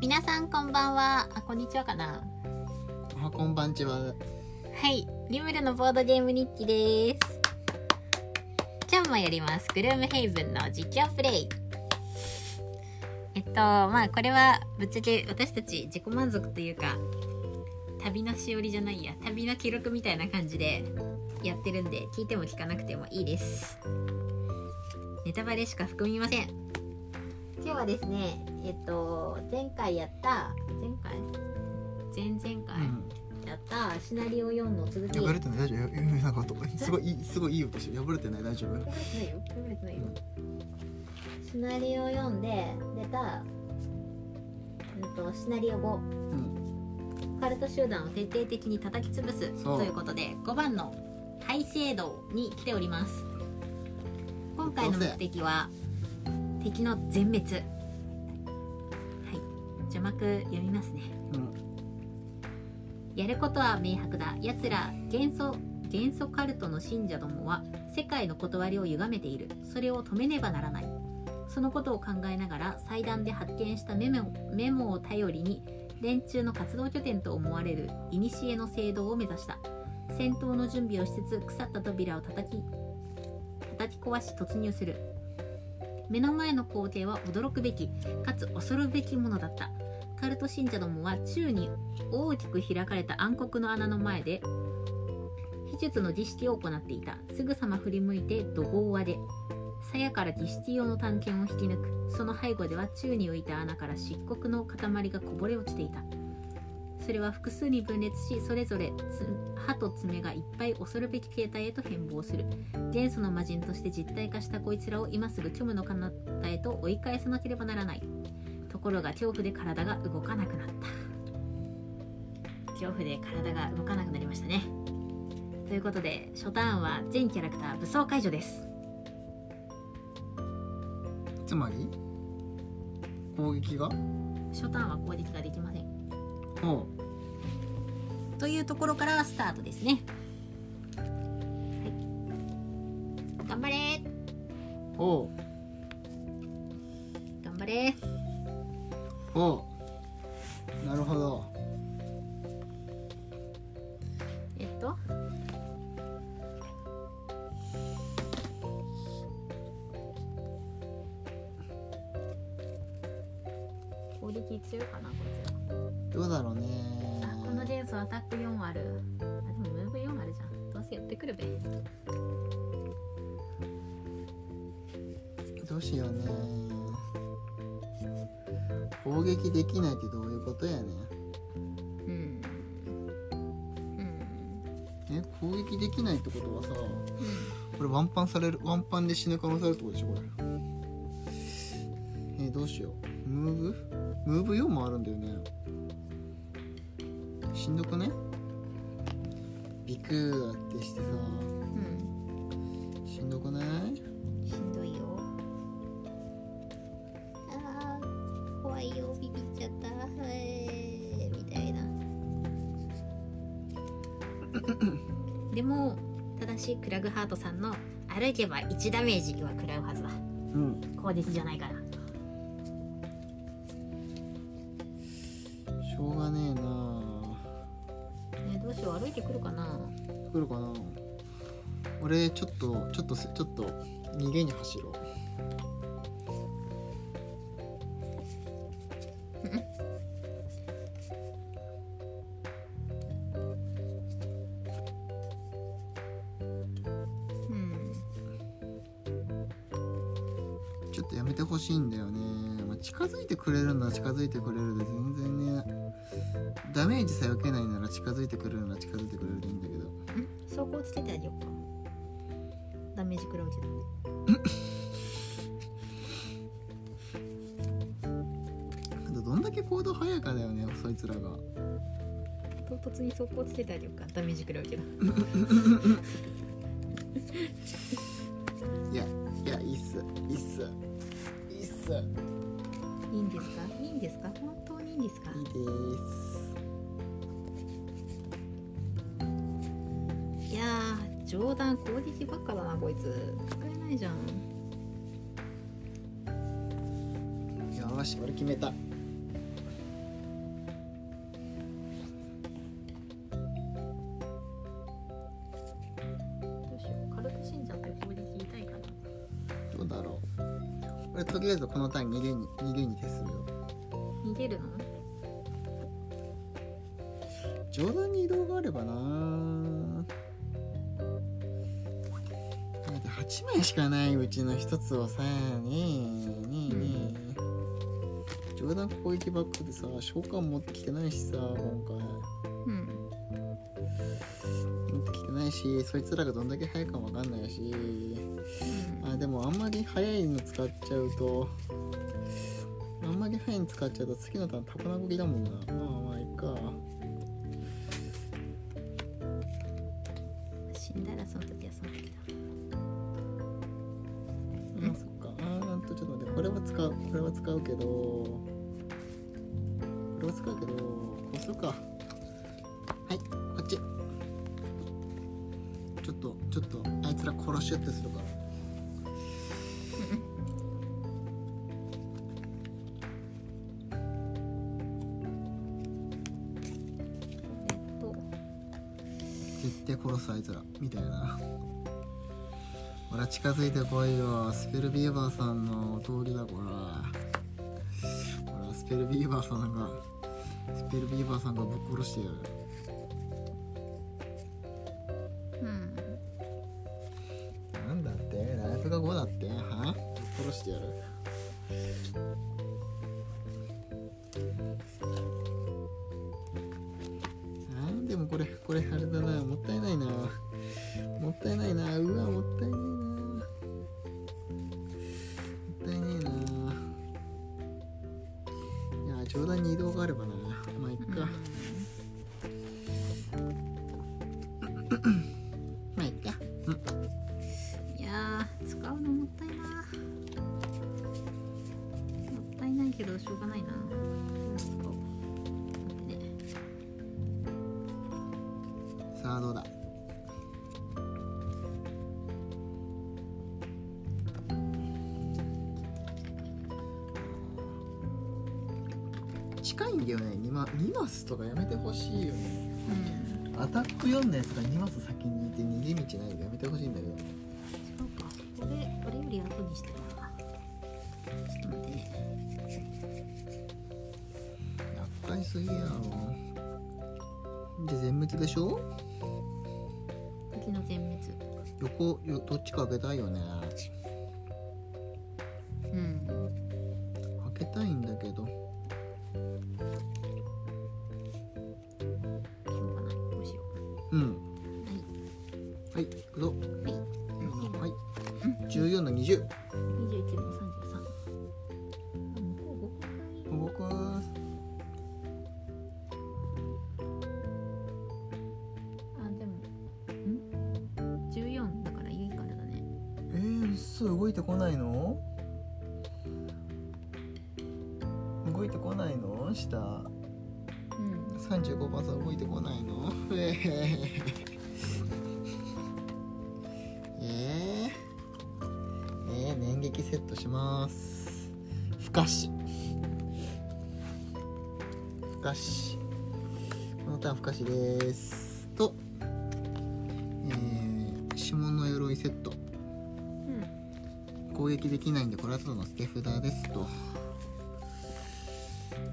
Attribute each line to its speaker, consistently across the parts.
Speaker 1: 皆さんこんばんはあこんにちはかな
Speaker 2: あこんばんちは
Speaker 1: はいリムルのボードゲーム日記です今日もやりますグルームヘイブンの実況プレイえっとまあこれはぶっちゃけ私たち自己満足というか旅のしおりじゃないや旅の記録みたいな感じでやってるんで聞いても聞かなくてもいいですネタバレしか含みません今日はですねえっと前回やった前回前々
Speaker 2: う
Speaker 1: 回、
Speaker 2: ん
Speaker 1: やったシナリオ4の続き
Speaker 2: 破れてない大丈夫よよなんか音すごいいいすごいいい音してる破れてない大丈夫
Speaker 1: シナリオ4で出た、うん、とシナリオ5
Speaker 2: うん
Speaker 1: カルト集団を徹底的に叩き潰す
Speaker 2: そう
Speaker 1: ということで5番の「ハイシェード」に来ております今回の目的は敵の全滅はい字幕読みますね
Speaker 2: うん
Speaker 1: やることは明白だ奴ら元素元素カルトの信者どもは世界の断りを歪めているそれを止めねばならないそのことを考えながら祭壇で発見したメモメモを頼りに連中の活動拠点と思われる古の聖堂を目指した戦闘の準備をしつつ腐った扉を叩き叩き壊し突入する目の前の皇帝は驚くべきかつ恐るべきものだったカルト信者どもは宙に大きく開かれた暗黒の穴の前で秘術の儀式を行っていたすぐさま振り向いて怒号はで鞘から儀式用の探検を引き抜くその背後では宙に浮いた穴から漆黒の塊がこぼれ落ちていたそれは複数に分裂しそれぞれつ歯と爪がいっぱい恐るべき形態へと変貌する元素の魔人として実体化したこいつらを今すぐ虚無の彼方へと追い返さなければならないところが恐怖で体が動かなくなった恐怖で体が動かなくなりましたねということで初ターンは全キャラクター武装解除です
Speaker 2: つまり攻撃が
Speaker 1: 初ターンは攻撃ができません
Speaker 2: ほ
Speaker 1: というところからスタートですね、はい、頑張れ
Speaker 2: うほ
Speaker 1: 頑張れ
Speaker 2: うほうなるほど
Speaker 1: えっと攻撃強いかなこいつら
Speaker 2: どうだろうね
Speaker 1: あこの元素アタック4あるあでもムーブ4あるじゃんどうせ寄ってくるべ
Speaker 2: どうしようね攻撃できないってどういうことやね
Speaker 1: うんうん
Speaker 2: え攻撃できないってことはさこれワンパンされるワンパンで死ぬ可能性あるってことでしょこれえーどうしようムーブムーブ4もあるんだよねしんどくねビクーってしてさ
Speaker 1: うん
Speaker 2: しんどくない
Speaker 1: しんどいよあー怖いよビビっちゃったはいみたいなでもただしクラグハートさんの歩けば1ダメージは食らうはずだ
Speaker 2: うん
Speaker 1: 攻撃じゃないから
Speaker 2: しょうがねえな
Speaker 1: ねどうしよう歩いてくるかな
Speaker 2: 来るかな俺ちょっとちょっとすちょっと逃げに走ろ
Speaker 1: うん
Speaker 2: うちょっとやめてほしいんだよね、まあ、近づいてくれるなら近づいてくれるで全然ねダメージさえ受けないなら近づいてくれるなら近づいてくれるでいいんだけど
Speaker 1: ん走行つけてあげようかダメージ食らうけど
Speaker 2: あとどんだけ行動早いかだよねそいつらが
Speaker 1: 唐突に走行つけてあげようかダメージ食らうけど
Speaker 2: いやいやいいっすいいっすいいっす
Speaker 1: いいんですかいいんですか本当にいいんですか
Speaker 2: いいです
Speaker 1: いやー冗談攻撃ばっかだなこいつ使えないじゃん
Speaker 2: よーし俺決めた俺とりあえずこのターン逃げに逃げに徹するよ
Speaker 1: 逃げるの
Speaker 2: 上段に移動があればなだって8枚しかないうちの一つをさねえねえねえ上段攻撃バックでさ召喚持ってきてないしさ今回
Speaker 1: うん
Speaker 2: 持ってきてないしそいつらがどんだけ速いかもわかんないしあでもあんまり速いの使っちゃうとあんまり速いの使っちゃうと次のターンタコナゴリだもんなまあまあいっか
Speaker 1: 死んだらその時はその時だ
Speaker 2: あそっかあーなんとちょっと待ってこれは使うこれは使うけどこれは使うけどこうするかはいこっちちょっとちょっとあいつら殺し合ってするから
Speaker 1: えっと
Speaker 2: 絶対殺すあいつらみたいなほら近づいてこいよスペルビーバーさんのお通りだこらほらスペルビーバーさんがスペルビーバーさんがぶっ殺してやる
Speaker 1: うん
Speaker 2: なんだってライフが5だってはぶっ殺してやるあーでもこれこれあれだなもったいないなもったいないなうわもったいないなもったいないないや上段に移動があればなまあいっかまあいっか
Speaker 1: いやー使うのもったいなもったいないけどしょうがないな使おう待ってね
Speaker 2: さあどうだ近いんだよね2マ2マスとかやめてほしいよね
Speaker 1: うん
Speaker 2: アタック4のやつが2マス先にいて逃げ道ないでやめてほしいんだけど
Speaker 1: 違うかこれこれより後にしてたなちょっと待ってね
Speaker 2: 厄介すぎやろで全滅でしょ
Speaker 1: 敵の全滅
Speaker 2: 横よどっちか開けたいよね
Speaker 1: うん
Speaker 2: 開けたいんだけど
Speaker 1: しょうがないどうしよ
Speaker 2: うん
Speaker 1: うはい
Speaker 2: はい行くぞ
Speaker 1: はい
Speaker 2: はい14の20
Speaker 1: 21の33あ向こう
Speaker 2: 動く
Speaker 1: 5あでもん14だからいいからだね
Speaker 2: えー、うっそ動いてこないの動いてこないの下
Speaker 1: うん
Speaker 2: 35パ動いてこないのえー、えー、えー、年劇セットしますふかしふかしこのターンふかしですとえー、下の鎧セット
Speaker 1: うん
Speaker 2: 攻撃できないんでこれはただの捨て札ですとう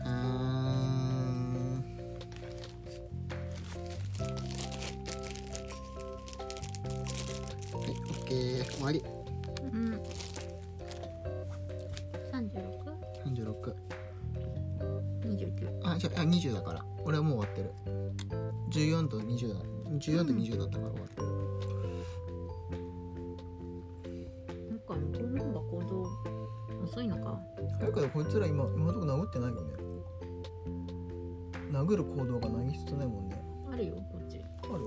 Speaker 2: ーんはい OK 終わり
Speaker 1: うん。三十六、
Speaker 2: 36
Speaker 1: 二十九。
Speaker 2: あじゃああ20だから俺はもう終わってる14と20だ14と20だったから終わってる、
Speaker 1: なんか向こうの方が行動遅いのか。
Speaker 2: だからこいつら今今のところ殴ってないよね殴る行動が何一つないもんね
Speaker 1: あるよこっち。
Speaker 2: ある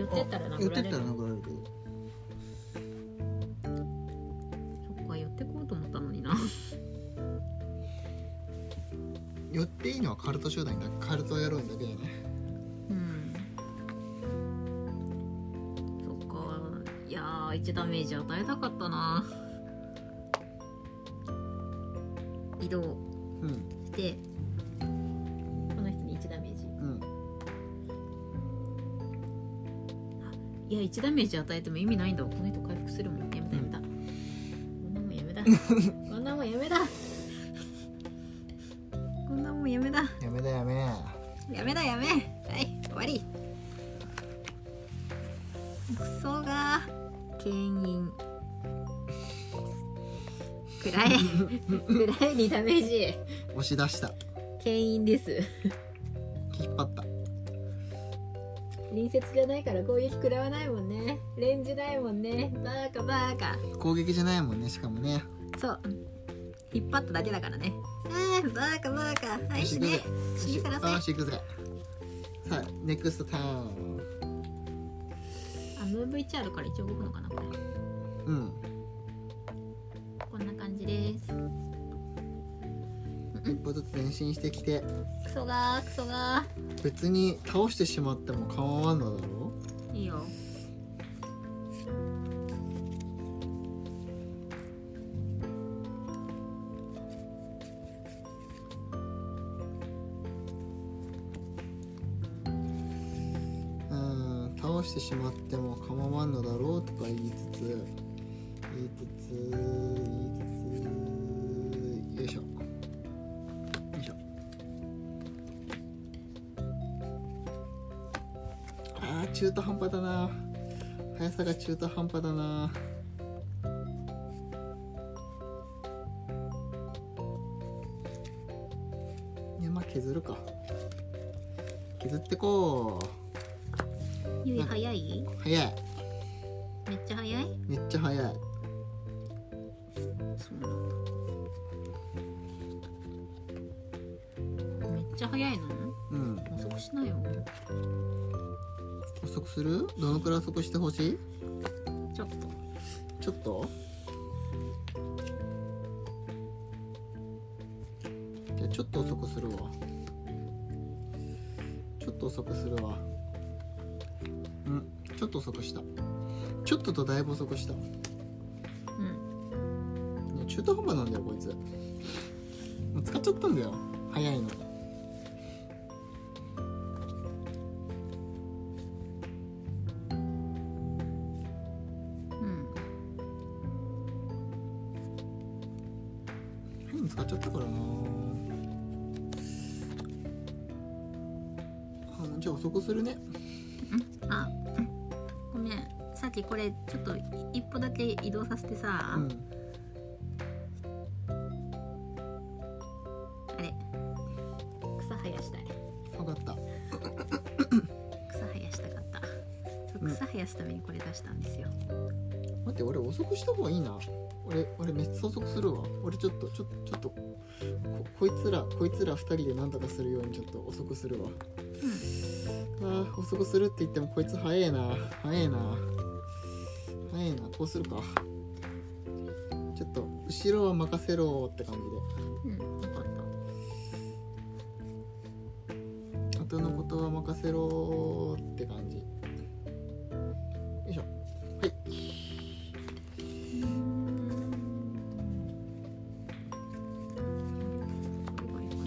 Speaker 1: 寄ってったら殴
Speaker 2: 寄って
Speaker 1: ら
Speaker 2: っ
Speaker 1: れる
Speaker 2: たら。殴られるけど
Speaker 1: そっか寄ってこうと思ったのにな。
Speaker 2: 寄っていいのはカルト集団だカルト野郎にだけだね
Speaker 1: うん。そっか。いやー一ダメージ与えたかったな。移動
Speaker 2: うん
Speaker 1: して。この人に一ダメージ。
Speaker 2: うん
Speaker 1: いや1ダメージ与えても意味ないんだわこの人回復するもんやめたやめた、こんなもんやめたこんなんなもんやめだこんなもんやめだ
Speaker 2: やめだやめ
Speaker 1: やめだやめはい終わりクソが牽引暗い暗いにダメージ
Speaker 2: 押し出した
Speaker 1: 牽引です
Speaker 2: 引っ張った
Speaker 1: 隣接じゃないから攻撃食らわないもんねレンジないもんねバーカバーカ
Speaker 2: 攻撃じゃないもんねしかもね
Speaker 1: そう引っ張っただけだからねあーバーカバーカは
Speaker 2: よ
Speaker 1: い死
Speaker 2: し行
Speaker 1: ね
Speaker 2: くぜ
Speaker 1: 死にさらせ
Speaker 2: よし行くぜさあネクストターン
Speaker 1: あムーブ1あるから一応動くのかなこれ
Speaker 2: うん
Speaker 1: こんな感じです
Speaker 2: 一歩ずつ前進してきて
Speaker 1: クソがークソが
Speaker 2: 別に倒してしまっても構わんのだろ
Speaker 1: ーいいよ
Speaker 2: ううん倒してしまっても構わんのだろうとか言いつつ言いつつ言いつつよいしょよいしょあー中途半端だな速さが中途半端だなねまあ削るか削ってこう
Speaker 1: ゆい早い
Speaker 2: 早い
Speaker 1: めっちゃ早い
Speaker 2: めっちゃ早い
Speaker 1: そうなんだめっちゃ早いの
Speaker 2: うん
Speaker 1: 遅くしなよ
Speaker 2: 遅くするどのくらい遅くしてほしい
Speaker 1: ちょっと
Speaker 2: ちょっとじゃあちょっと遅くするわちょっと遅くするわうんちょっと遅くしたちょっととだいぶ遅くした、ね、
Speaker 1: うん
Speaker 2: 中途半端なんだよこいつもう使っちゃったんだよ早いの
Speaker 1: うん
Speaker 2: 早いの使っちゃったからなあじゃあ遅くするね
Speaker 1: あごめんさっきこれちょっと一歩だけ移動させてさ、
Speaker 2: うん
Speaker 1: あれ草生やしたい
Speaker 2: 分かった
Speaker 1: 草生やしたかったそう
Speaker 2: うん
Speaker 1: 草生やすためにこれ出したんですよ、
Speaker 2: 待って俺遅くした方がいいな俺俺めっちゃ遅くするわ俺ちょっとちょっとちょっとここいつらこいつら2人で何とかするようにちょっと遅くするわあー遅くするって言ってもこいつ早えな早えな早えなこうするかちょっと後ろは任せろって感
Speaker 1: うんうん分かった
Speaker 2: じで後のことは任せろって感じよいしょはい
Speaker 1: これがいいかな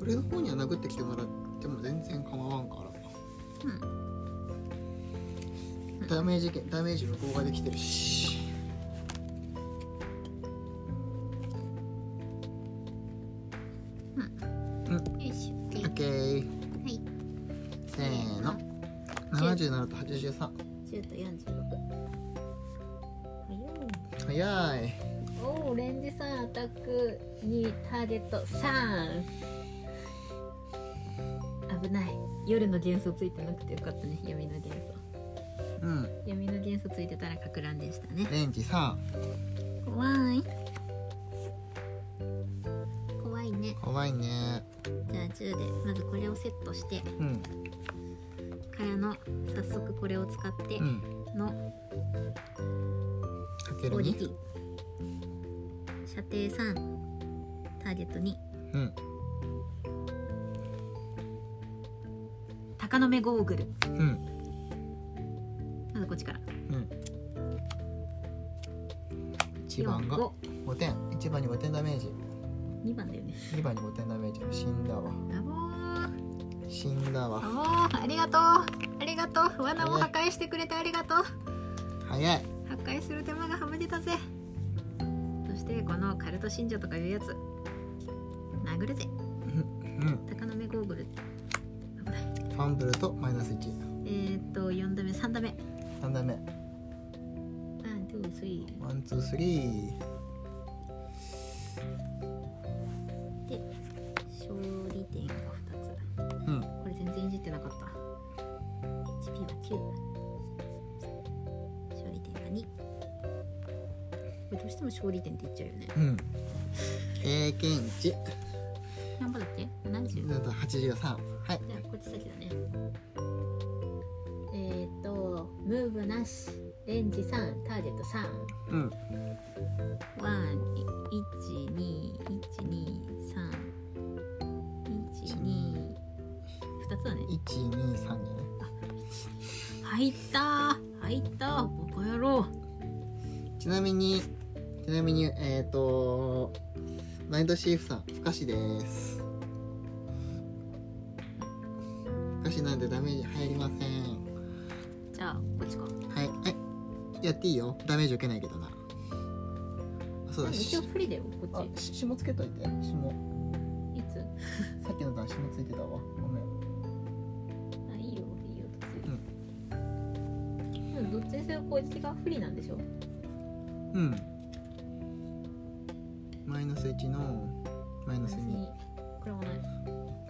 Speaker 2: 俺の方には殴ってきてもらっても全然構わんから
Speaker 1: うん
Speaker 2: ダメージけダメージ向こうができてるし
Speaker 1: よいしょで
Speaker 2: オッケー
Speaker 1: はい
Speaker 2: せーの77と83
Speaker 1: 10と46はい
Speaker 2: 早い
Speaker 1: おオレンジさんアタックにターゲット3危ない夜の元素ついてなくてよかったね闇の元素
Speaker 2: うん
Speaker 1: 闇の元素ついてたらかく乱でしたね
Speaker 2: レンジさ
Speaker 1: 怖い怖いね
Speaker 2: 怖いね
Speaker 1: じゃあ10でまずこれをセットして
Speaker 2: うん
Speaker 1: からの早速これを使って
Speaker 2: うん
Speaker 1: の
Speaker 2: かける
Speaker 1: 攻
Speaker 2: 2
Speaker 1: 撃射程3ターゲット2
Speaker 2: うん
Speaker 1: 鷹の目ゴーグル
Speaker 2: うん
Speaker 1: まずこっちから
Speaker 2: うん1番が
Speaker 1: 4
Speaker 2: 5点1番に5点ダメージ
Speaker 1: 5 2番だよね
Speaker 2: 2番に5点ダメージ死んだわ
Speaker 1: あぼー
Speaker 2: 死んだわ
Speaker 1: あぼーありがとうありがとう罠を破壊してくれてありがとう
Speaker 2: 早い
Speaker 1: 破壊する手間が省けたぜそししてこのカルト信者とかいうやつ殴るぜ
Speaker 2: うん
Speaker 1: 鷹の目ゴーグル危ない
Speaker 2: ファンブルとマイナス1
Speaker 1: えー、っと4打目3打目
Speaker 2: 3段目
Speaker 1: 123
Speaker 2: ワンツースリー
Speaker 1: で勝利点が2つ
Speaker 2: うん
Speaker 1: これ全然いじってなかった HP は9勝利点が2これどうしても勝利点って言っちゃうよね
Speaker 2: うん経験値
Speaker 1: 何ぼだっけ ?70
Speaker 2: だと83はい
Speaker 1: じゃあこっち先だねえー、っとムーブなしレンジ3ターゲット3
Speaker 2: うん
Speaker 1: ワン、一、二、一、二、三。一、二。二つだね。
Speaker 2: 123じゃな
Speaker 1: 入
Speaker 2: い
Speaker 1: ったー。入ったー。バカ野郎。
Speaker 2: ちなみにちなみにえっ、ー、とナイトシーフさん不可視です不可視なんでダメージ入りません
Speaker 1: じゃあ、こっちか。
Speaker 2: はいはいやっていいよダメージ受けないけどなあそうだし
Speaker 1: 一応不利だよ。こ
Speaker 2: あ
Speaker 1: っ
Speaker 2: し霜つけといて霜
Speaker 1: ち。いつ。あ、
Speaker 2: さっきの段霜ついてたわごめん
Speaker 1: いいよ。いいよ。どっち。でもどっちにせよ、こっちが不利なんでしょ
Speaker 2: うんマイナス1のマイナス2。
Speaker 1: これはない。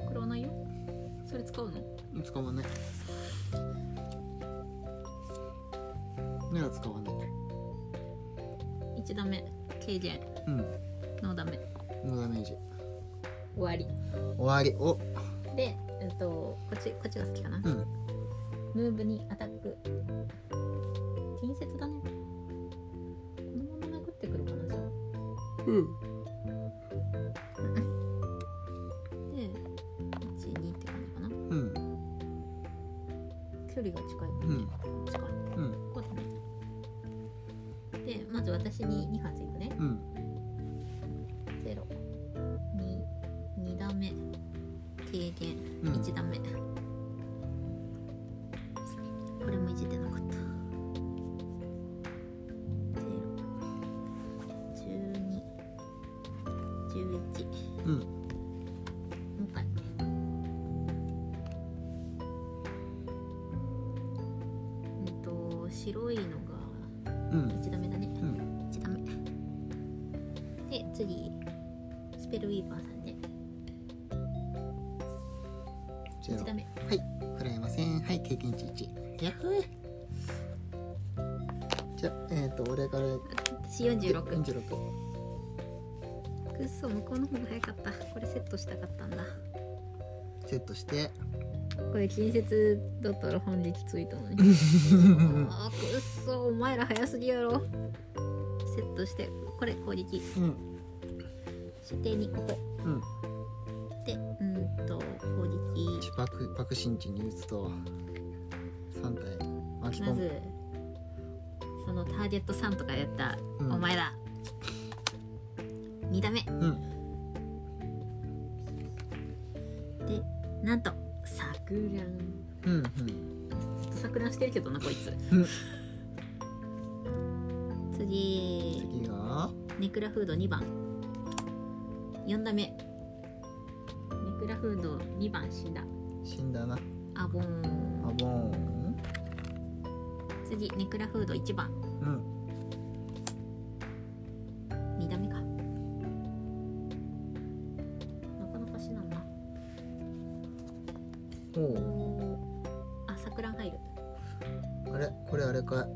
Speaker 1: これはないよ。それ使うの。
Speaker 2: 使わないなら使わない
Speaker 1: 一ダメ。軽減。
Speaker 2: うん
Speaker 1: ノーダメ。
Speaker 2: のダメージ
Speaker 1: 終わり。
Speaker 2: 終わりお
Speaker 1: で、えっと、こっち、こっちが好きかな。
Speaker 2: うん
Speaker 1: ムーブにアタック近接だねこのまま殴ってくるかなじゃあ
Speaker 2: うん
Speaker 1: で12って感じかな
Speaker 2: うん
Speaker 1: 距離が近いもん
Speaker 2: う
Speaker 1: ね、
Speaker 2: ん
Speaker 1: こっちか
Speaker 2: うん
Speaker 1: こうだねでまず私に2発いくね
Speaker 2: うん
Speaker 1: 022段目軽減
Speaker 2: うん
Speaker 1: 1段目、これもいじってなかった01211
Speaker 2: うん
Speaker 1: もう一回うんと白いの
Speaker 2: うん
Speaker 1: が1段目だね
Speaker 2: うん
Speaker 1: 1段目で次スペルウィーバーさんね
Speaker 2: ゼ
Speaker 1: 1
Speaker 2: ロ
Speaker 1: 段目
Speaker 2: はい食らえませんはい経験値1やっほいじゃあえっ、ー、と俺から
Speaker 1: 私46
Speaker 2: 46
Speaker 1: くっそ向こうの方が早かったこれセットしたかったんだ
Speaker 2: セットして
Speaker 1: これ近接だったら反撃ついたのにあーくっそお前ら早すぎやろセットしてこれ攻撃
Speaker 2: うん
Speaker 1: 射程にここ
Speaker 2: うん
Speaker 1: でうーんと攻撃
Speaker 2: 爆爆心地に打つと3体巻き込
Speaker 1: ま
Speaker 2: む
Speaker 1: ずそのターゲット3とかやった、
Speaker 2: うん
Speaker 1: お前ら2打目
Speaker 2: うん
Speaker 1: でなんと錯乱
Speaker 2: うん
Speaker 1: ずっと錯乱してるけどなこい つ
Speaker 2: うん
Speaker 1: 次
Speaker 2: 次が
Speaker 1: ネクラフード2番4打目ネクラフード2番死んだ
Speaker 2: 死んだな
Speaker 1: あぼー
Speaker 2: あ
Speaker 1: ん
Speaker 2: ボーン
Speaker 1: 次ネクラフード1番
Speaker 2: うん
Speaker 1: 2打目かなかなか死なんだ
Speaker 2: おう
Speaker 1: おあ錯乱入る
Speaker 2: あれこれあれか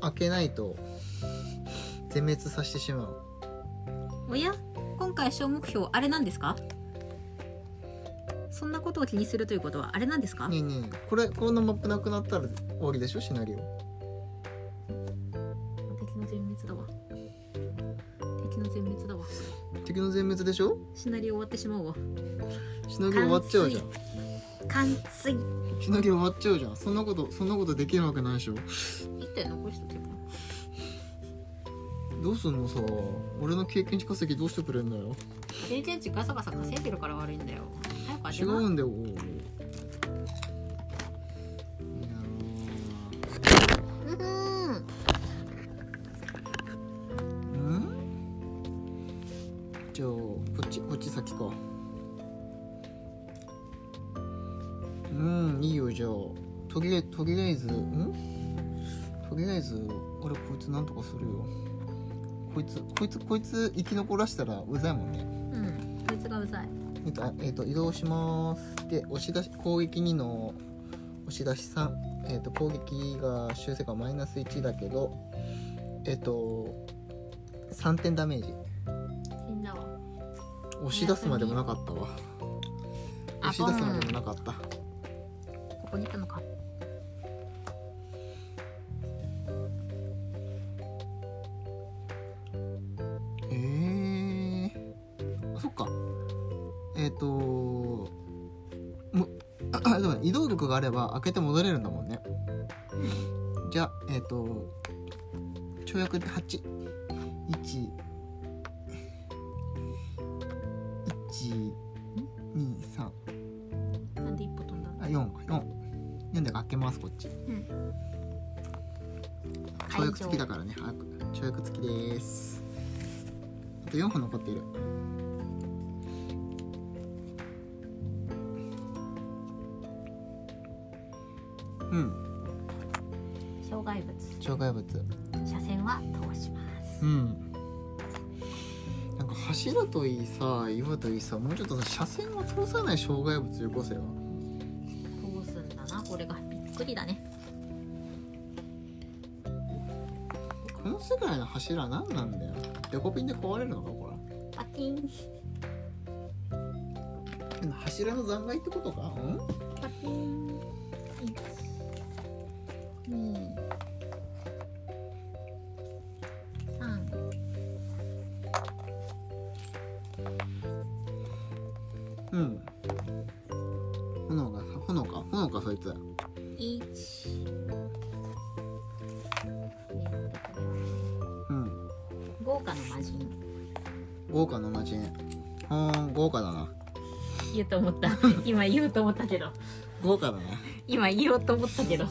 Speaker 2: 開けないと全滅させてしまう
Speaker 1: おや今回小目標あれなんですかそんなことを気にするということはあれなんですか、
Speaker 2: ねえねえこれこのマップなくなったら終わりでしょシナリオ
Speaker 1: 敵の全滅だわ敵の全滅だわ
Speaker 2: 敵の全滅でしょ
Speaker 1: シナリオ終わってしまうわ
Speaker 2: シナリオ終わっちゃうじゃん
Speaker 1: 完遂
Speaker 2: シナリオ終わっちゃうじゃんそんなことそんなことできるわけないでしょ
Speaker 1: 一体残しとけば
Speaker 2: どうすんのさ俺の経験値稼ぎどうしてくれんだよ
Speaker 1: 経験値ガサガサ稼いでるから悪いんだよ早く当
Speaker 2: 違
Speaker 1: てな
Speaker 2: うんだよいや
Speaker 1: うふーん
Speaker 2: ーう先かうんいいよじゃあとりあえずとりあえずんとりあえず俺こいつなんとかするよこいつこいつこいつ生き残らしたらうざいもんね
Speaker 1: うんこいつがうざい
Speaker 2: えっと、あえっと移動しますで押し出し攻撃2の押し出し3、えっと、攻撃が修正がマイナス1だけどえっと3点ダメージ
Speaker 1: みんなは
Speaker 2: 押し出すまでもなかったわ
Speaker 1: あ
Speaker 2: 押し出すまでもなかった
Speaker 1: ここにいたのか
Speaker 2: えー、あそっかえっ、とも あでもね移動力があれば開けて戻れるんだもんねじゃあえっ、と跳躍で8 1 1 2 3
Speaker 1: なんで一歩飛んだ
Speaker 2: あ4か44で開けますこっち
Speaker 1: うん
Speaker 2: 跳躍付きだからね早く跳躍付きですあと4本残っているうん
Speaker 1: 障害物
Speaker 2: 障害物
Speaker 1: 車線は通します
Speaker 2: うんなんか柱といいさ岩といいさもうちょっとさ車線を通さない障害物よこせよ
Speaker 1: 通すんだなこれがびっくりだね
Speaker 2: この世界の柱何なんだよデコピンで壊れるのかこれ
Speaker 1: パキン
Speaker 2: 柱の残骸ってことか、うん、
Speaker 1: パキン1 2 3
Speaker 2: うん。炎が、炎か、炎か、そいつ。
Speaker 1: 1
Speaker 2: うん。
Speaker 1: 豪華の魔人
Speaker 2: 豪華な街ね。ほーん、豪華だな。
Speaker 1: 言うと思った 今言おうと思ったけど
Speaker 2: 豪華だね。
Speaker 1: 今言おうと思ったけど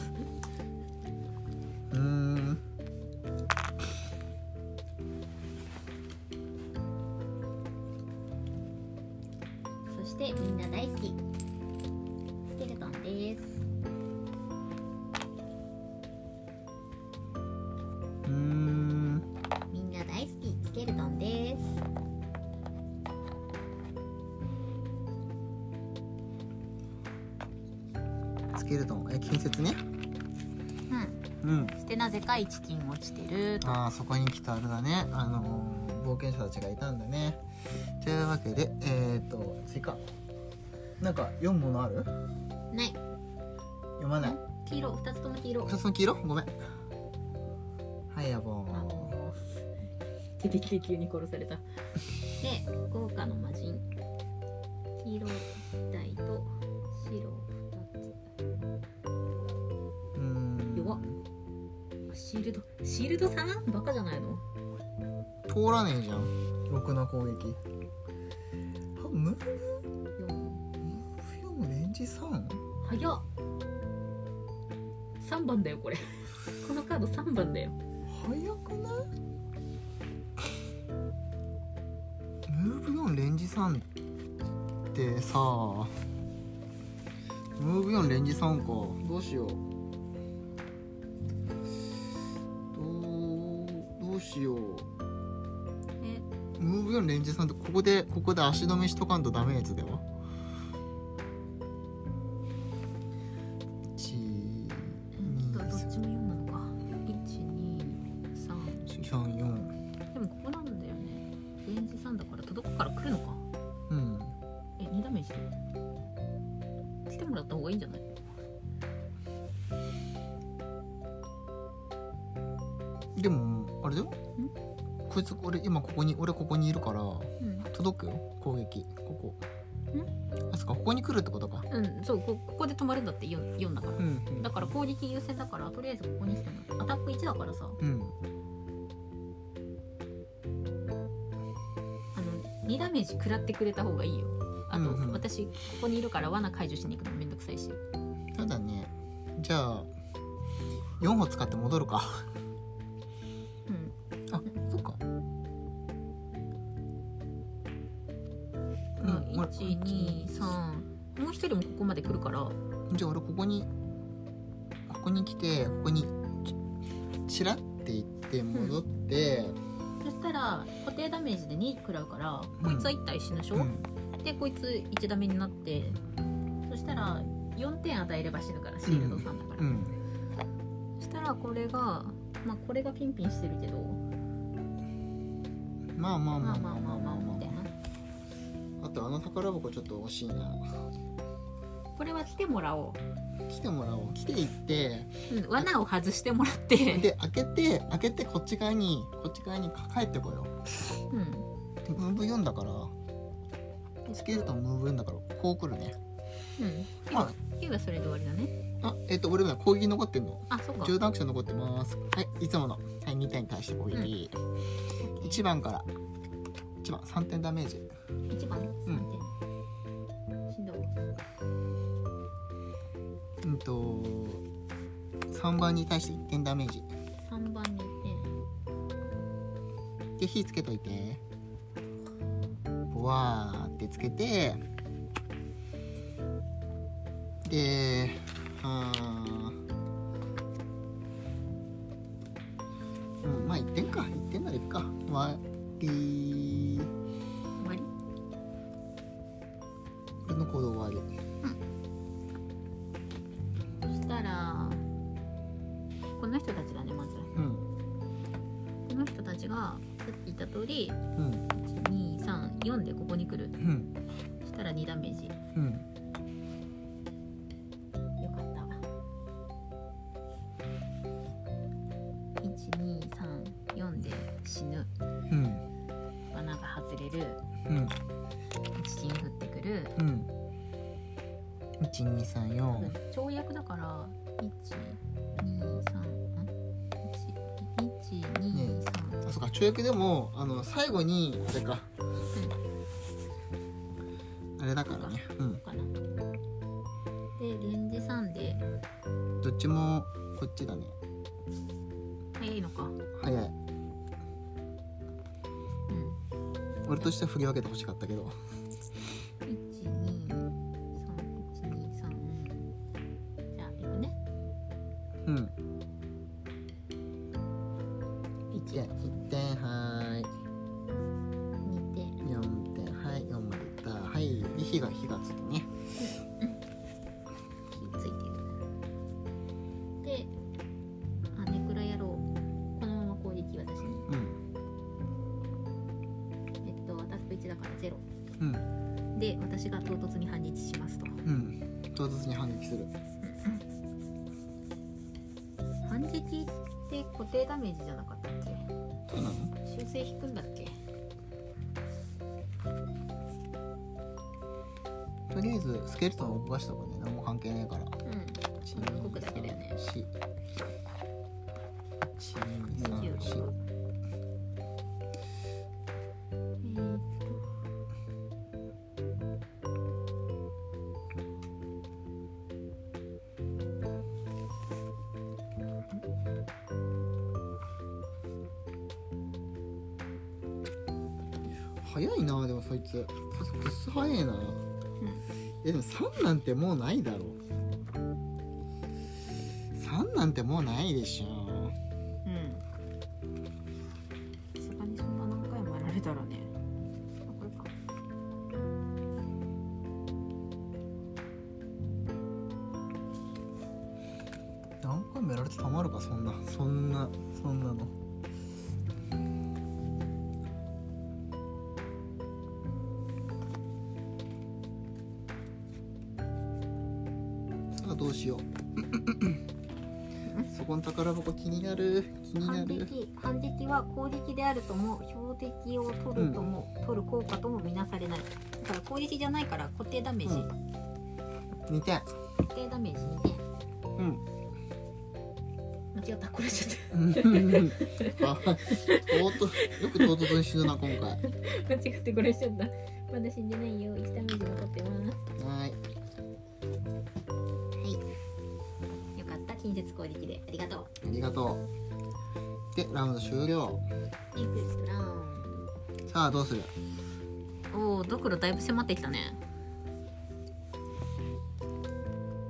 Speaker 2: うーん。
Speaker 1: そしてみんな大好きスケルトンです
Speaker 2: うーん。
Speaker 1: みんな大好きスケルトンです
Speaker 2: スケルトン、え、近接ね。
Speaker 1: うん
Speaker 2: うん。
Speaker 1: そしてなぜか一金落ちてると
Speaker 2: ああ、そこに来たあれだね。あのー冒険者たちがいたんだね。というわけで、えっ、ー、と、追加。なんか、読むものある
Speaker 1: ない
Speaker 2: 読まない。
Speaker 1: 黄色二つとも黄色
Speaker 2: 二つの黄色ごめん。はい、やぼ
Speaker 1: あ
Speaker 2: ーん。
Speaker 1: の出てきて急に殺されたで豪華の魔人黄色一体と白
Speaker 2: うーん。
Speaker 1: 弱っ二つシールドシールドさんバカじゃないの
Speaker 2: 通らねえじゃんろくな攻撃あム
Speaker 1: 四
Speaker 2: ーフィオムレンジ 3?
Speaker 1: 早っ三番だよこれ このカード三番だよ
Speaker 2: 早くないムーブ4レンジ3ってさムーブ4レンジ3かどうしようどうどうしよう
Speaker 1: え
Speaker 2: ムーブ4レンジ3ってここでここで足止めしとかんとダメなやつだよ1
Speaker 1: うんとどっちも4なのか123
Speaker 2: 2 3 4
Speaker 1: でもここなんだよねレンジ3だから届くから来るのか
Speaker 2: うん
Speaker 1: え2ダメージだよ来てもらった方がいいんじゃない
Speaker 2: でもあれだよこいつ俺今ここに俺ここにいるから
Speaker 1: うん、
Speaker 2: 届くよ攻撃ここあそっかここに来るってことか
Speaker 1: うん、そうこここで止まるんだって 4, 4だから
Speaker 2: うん
Speaker 1: だから攻撃優先だからとりあえずここに来てもらうアタック1だからさ
Speaker 2: うん
Speaker 1: あの2ダメージ食らってくれた方がいいよあと、
Speaker 2: うんうん
Speaker 1: 私ここにいるから罠解除しに行くのめんどくさいし
Speaker 2: ただねじゃあ4歩使って戻るか
Speaker 1: うん
Speaker 2: あそっかこれこれ
Speaker 1: 123もう一人もここまで来るから
Speaker 2: じゃあ俺ここにここに来てここにちチラって行って戻って、
Speaker 1: そしたら固定ダメージで2食らうから
Speaker 2: うん
Speaker 1: こいつは1体死ぬでしょ、
Speaker 2: うん
Speaker 1: でこいつ1ダメになってそしたら4点与えれば死ぬからシールドさんだから、
Speaker 2: うん
Speaker 1: そしたらこれがまあこれがピンピンしてるけど
Speaker 2: まあま
Speaker 1: まあ
Speaker 2: あまあ
Speaker 1: ま
Speaker 2: ま
Speaker 1: あ
Speaker 2: あ
Speaker 1: ま
Speaker 2: ま
Speaker 1: あ
Speaker 2: あ
Speaker 1: ま
Speaker 2: ま
Speaker 1: あ
Speaker 2: あ
Speaker 1: みたい
Speaker 2: ま
Speaker 1: な
Speaker 2: ああとあの宝箱ちょっと惜しいな
Speaker 1: これは来てもらお
Speaker 2: 来てもらおう来て行って
Speaker 1: う、うん、罠を外してもらって、
Speaker 2: で開けて開けてこっち側にこっち側に帰ってこよ
Speaker 1: うん、
Speaker 2: うムーブ4だからスケルトンムーブ4だからこう来るね
Speaker 1: うん、
Speaker 2: ま
Speaker 1: 9はそれで終わりだね
Speaker 2: ああえっ、と俺は攻撃残ってんの
Speaker 1: あそっか
Speaker 2: 10ダンクション残ってますはいいつもの、はい、2点に対して攻撃、1番から1番3点ダメージ
Speaker 1: 1番
Speaker 2: うん
Speaker 1: 3点、しんどい
Speaker 2: うんと3番に対して1点ダメージ
Speaker 1: 3番に
Speaker 2: で火つけといてボワーってつけてであーうんまあ1点か1点ならいっか割
Speaker 1: 1
Speaker 2: り
Speaker 1: 点終わ
Speaker 2: 俺の行動終わり
Speaker 1: りそしたらこの人たちだねまず
Speaker 2: うん
Speaker 1: この人たちがさっき言った通り
Speaker 2: うん
Speaker 1: 1234でここに来る
Speaker 2: うん
Speaker 1: そしたら2ダメージよ
Speaker 2: うん
Speaker 1: かった1234で死ぬ
Speaker 2: うん
Speaker 1: 罠が外れる
Speaker 2: うん
Speaker 1: 一陣降ってくる
Speaker 2: うん1234
Speaker 1: 跳躍だから123123
Speaker 2: あそうか跳躍でもあの最後にあれか、あれだからねうん
Speaker 1: かなでレンジ3で
Speaker 2: どっちもこっちだね
Speaker 1: 早いのかうん
Speaker 2: 早い俺としては振り分けてほしかったけど
Speaker 1: 123123123じゃあいくね
Speaker 2: うんじゃあ
Speaker 1: 1
Speaker 2: 1点は
Speaker 1: 2点
Speaker 2: ーい4点はい4までいったはいで火が火がついてね
Speaker 1: 火ついてるであネクラ野郎このまま攻撃私に
Speaker 2: うん
Speaker 1: えっと私と1だから0
Speaker 2: うん
Speaker 1: で私が唐突に反日しますと
Speaker 2: うん唐突に反撃する
Speaker 1: 反撃って固定ダメージじゃなかったっけ
Speaker 2: そうなの
Speaker 1: 修正引くんだっけ
Speaker 2: とりあえずスケルトンを動かしたもんね何も関係ないから
Speaker 1: うん
Speaker 2: 一
Speaker 1: 動くだけだよね
Speaker 2: 四一二三四
Speaker 1: 26えーっ
Speaker 2: 早いなでもそいつくっそ早いなえでも3なんてもうないだろ3なんてもうないでしょ
Speaker 1: とうんさすがにそんな何回もやられたらねあこれか
Speaker 2: 何回もやられてたまるかそんなそんなそんなのさあどうしようそこの宝箱気になる気にな
Speaker 1: 反
Speaker 2: る
Speaker 1: 撃反撃は攻撃であるとも標的を取るとも、取る効果ともみなされないだから攻撃じゃないから固定ダメージ、
Speaker 2: うん2点
Speaker 1: 固定ダメージ2点
Speaker 2: うん
Speaker 1: 間違ったこれちょっ
Speaker 2: うん あ唐突よく唐突に死ぬな今回は
Speaker 1: と 間違ってこれしちゃったまだ死んでないよ1ダメージ残ってます
Speaker 2: ーい
Speaker 1: よかった近接攻撃でありがとう
Speaker 2: ありがとうでラウンド終了
Speaker 1: インクスラン
Speaker 2: さあどうする
Speaker 1: おおドクロだいぶ迫ってきたね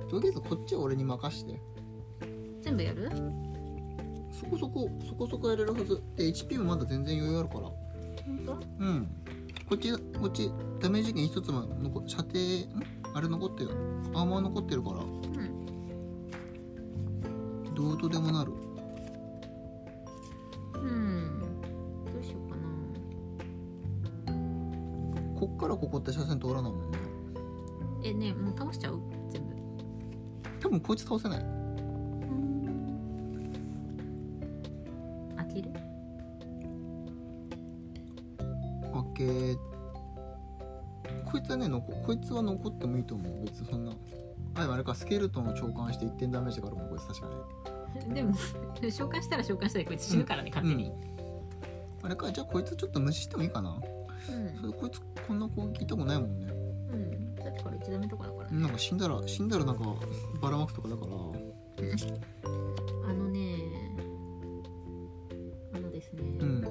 Speaker 2: とりあえずこっちは俺に任して
Speaker 1: 全部やる
Speaker 2: そこそこそこそこやれるはずで HP もまだ全然余裕あるから
Speaker 1: 本当
Speaker 2: うんこっちこっちダメージ減一つも残射程んあれ残ってるアーマー残ってるから
Speaker 1: うん
Speaker 2: どうとでもなる
Speaker 1: うんどうしようかな
Speaker 2: こっからここって車線通らないもんね
Speaker 1: えねえもう倒しちゃう全部
Speaker 2: 多分こいつ倒せない
Speaker 1: 開ける
Speaker 2: オッケーこいつはね残こいつは残ってもいいと思う別にそんなあでもあれかスケルトンを召喚して1点ダメージがあるもんこいつ確かね
Speaker 1: でも 召喚したら召喚したでこいつ死ぬからね、勝手に、
Speaker 2: あれかじゃあこいつちょっと無視してもいいかなそれこいつこんな攻撃いたことないもんね
Speaker 1: うん、うん、だってこれ一度目とかだから、
Speaker 2: なんか死んだら死んだらなんかばらまくとかだから
Speaker 1: あのねあのですね、
Speaker 2: うん
Speaker 1: こ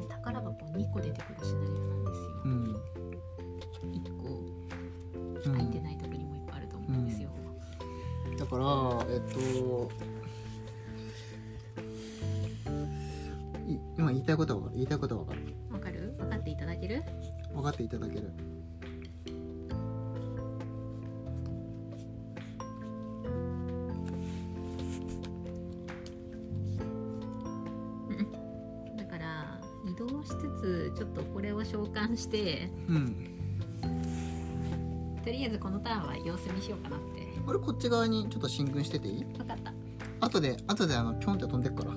Speaker 1: れ宝箱2個出てくるシナリオなんですよ
Speaker 2: うん
Speaker 1: 1個
Speaker 2: う
Speaker 1: 入って
Speaker 2: ん
Speaker 1: ないとこにもいっぱいあると思うんですよ、
Speaker 2: だからえっとい今言いたいことは分かる言いたいことは分かる
Speaker 1: わかる分かっていただける
Speaker 2: 分かっていただける
Speaker 1: だから移動しつつちょっとこれを召喚して
Speaker 2: うん
Speaker 1: とりあえずこのターンは様子見しようかなって
Speaker 2: これこっち側にちょっと進軍してていい
Speaker 1: 分かった
Speaker 2: 後で後であのピョンって飛んでくから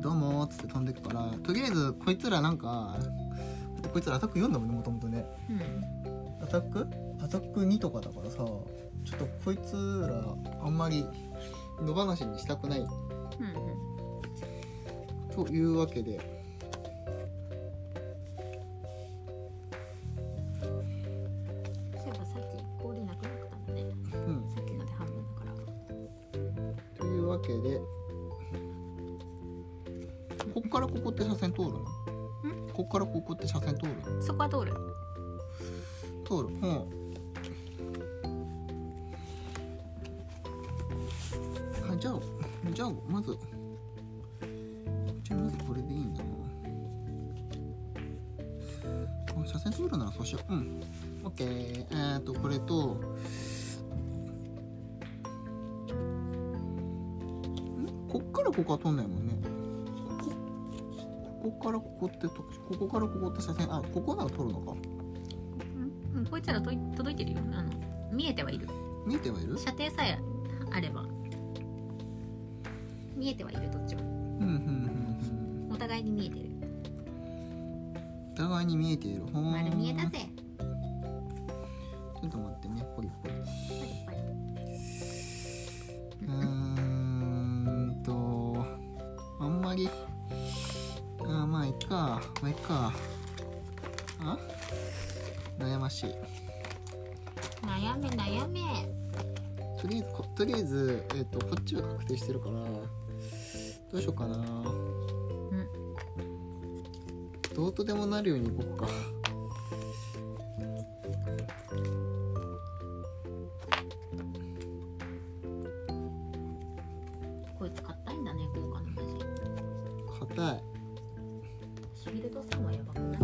Speaker 2: どうもーっつって飛んでくからとりあえずこいつらなんかだってこいつらアタック4だもんねもともとね
Speaker 1: うん
Speaker 2: アタックアタック2とかだからさちょっとこいつらあんまり野放しにしたくない
Speaker 1: うんうん
Speaker 2: というわけで
Speaker 1: そういえばさっき氷なくなったんだね
Speaker 2: うん
Speaker 1: さっきので半分だから
Speaker 2: というわけでこっからここって車線通るのこっからここって車線通るの
Speaker 1: そこは通る
Speaker 2: 通るうんあじゃあじゃあまずじゃあまずこれでいいなあ車線通るならそうしよううんオッケーえー、っとこれとんこっからここは通んないもんねここここからここってとここからここって車線あここなら通るのか
Speaker 1: うんうんこいつらとい届いてるよあの見えてはいる
Speaker 2: 見えてはいる
Speaker 1: 射程さえあれば見えてはいるどっちも
Speaker 2: うんうんうん
Speaker 1: お互いに見えてる
Speaker 2: うんお互いに見えているほーん
Speaker 1: 丸見えだぜ
Speaker 2: ちょっと待ってねポリポリ
Speaker 1: パリパリ
Speaker 2: うーんとあんまりあーまあいっかまあいっかあ悩ましい
Speaker 1: 悩め悩め
Speaker 2: とりあえずことりあえず、えっとこっちは確定してるからどうしようかなどうとでもなるようにいこっか
Speaker 1: こいつ硬いんだね豪華なマジ
Speaker 2: 硬い
Speaker 1: シールドさんはやばくない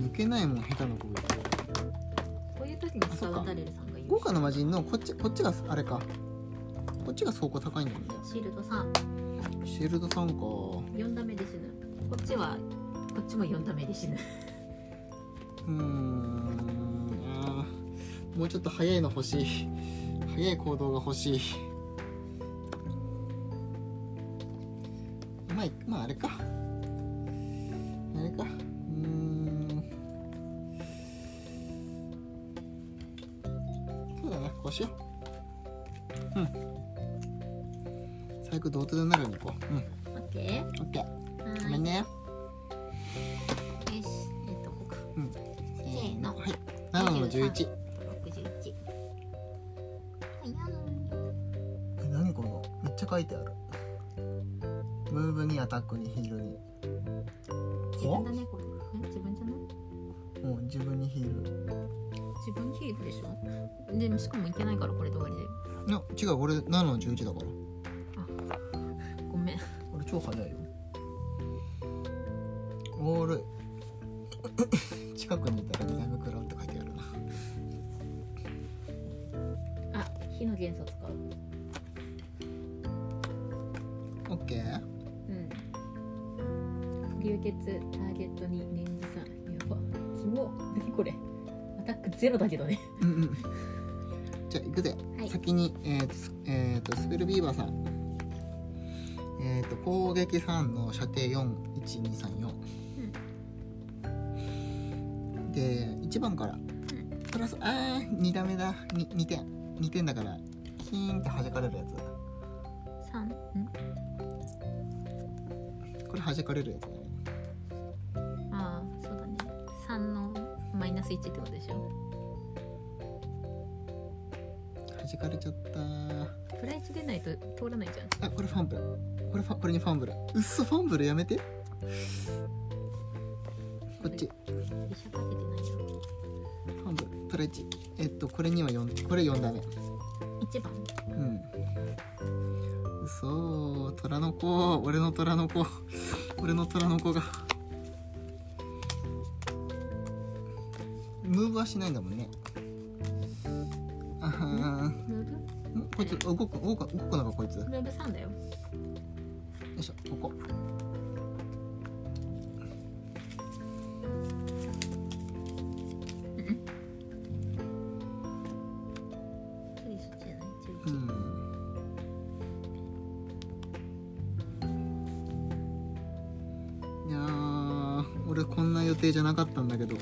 Speaker 2: 抜けないもん下手な攻撃
Speaker 1: こういう時に使うダレルさんがいる
Speaker 2: 豪華な魔人のこっちこっちがあれかこっちが走行高いんだよね
Speaker 1: シールドさん
Speaker 2: シールド3か
Speaker 1: 4打目で死ぬこっちはこっちも4打目で死ぬ
Speaker 2: うーんあーもうちょっと早いの欲しい早い行動が欲しいまあいまああれかあれかうーんそうだねこうしよううん最悪同等になるようにいこううん
Speaker 1: オッケーは
Speaker 2: オッケー
Speaker 1: ー
Speaker 2: ごめんね、
Speaker 1: よしえっとここか
Speaker 2: せ
Speaker 1: ーの
Speaker 2: はい7の11
Speaker 1: 61
Speaker 2: え何このめっちゃ書いてあるムーブにアタックにヒールに
Speaker 1: 自分だねこれえ自分じゃない
Speaker 2: もう自分にヒール
Speaker 1: 自分ヒールでしょでもしかもいけないからこれで終わりだよ
Speaker 2: いや違う俺7の11だから
Speaker 1: ごめん
Speaker 2: 俺超早いよオール 近くにいたら南クラって書いてあるな
Speaker 1: あ火の元素使う
Speaker 2: オッケー
Speaker 1: うん流血ターゲットに年次さんやばキモ何これアタックゼロだけどね
Speaker 2: うんうんじゃあ行くぜ、
Speaker 1: はい
Speaker 2: 先にえーとすえーとスペルビーバーさんえーと攻撃3の射程411234、で1番から、プラスあー2ダメだ 2, 2点2点だからキーンって弾かれるやつ
Speaker 1: 三ん
Speaker 2: これ弾かれるやつだね
Speaker 1: ああそうだね三のマイナス一ってことでしょ
Speaker 2: 弾かれちゃった
Speaker 1: プライチ出ないと通らないじゃん
Speaker 2: あこれファンブルこれファこれにファンブルうっそファンブルやめてこっち
Speaker 1: 医者かけてないよ
Speaker 2: ファンブルプライチえっとこれには4これ4ダメ
Speaker 1: 一番
Speaker 2: うん嘘虎の子俺の虎の子 俺の虎の子がムーブはしないんだもんねあはー
Speaker 1: ムーブ
Speaker 2: んこいつ動く動く動くのがこいつよ
Speaker 1: ムーブ三だよ
Speaker 2: いしょここ
Speaker 1: 次そっちじゃない十
Speaker 2: う
Speaker 1: 一
Speaker 2: んいやー俺こんな予定じゃなかったんだけど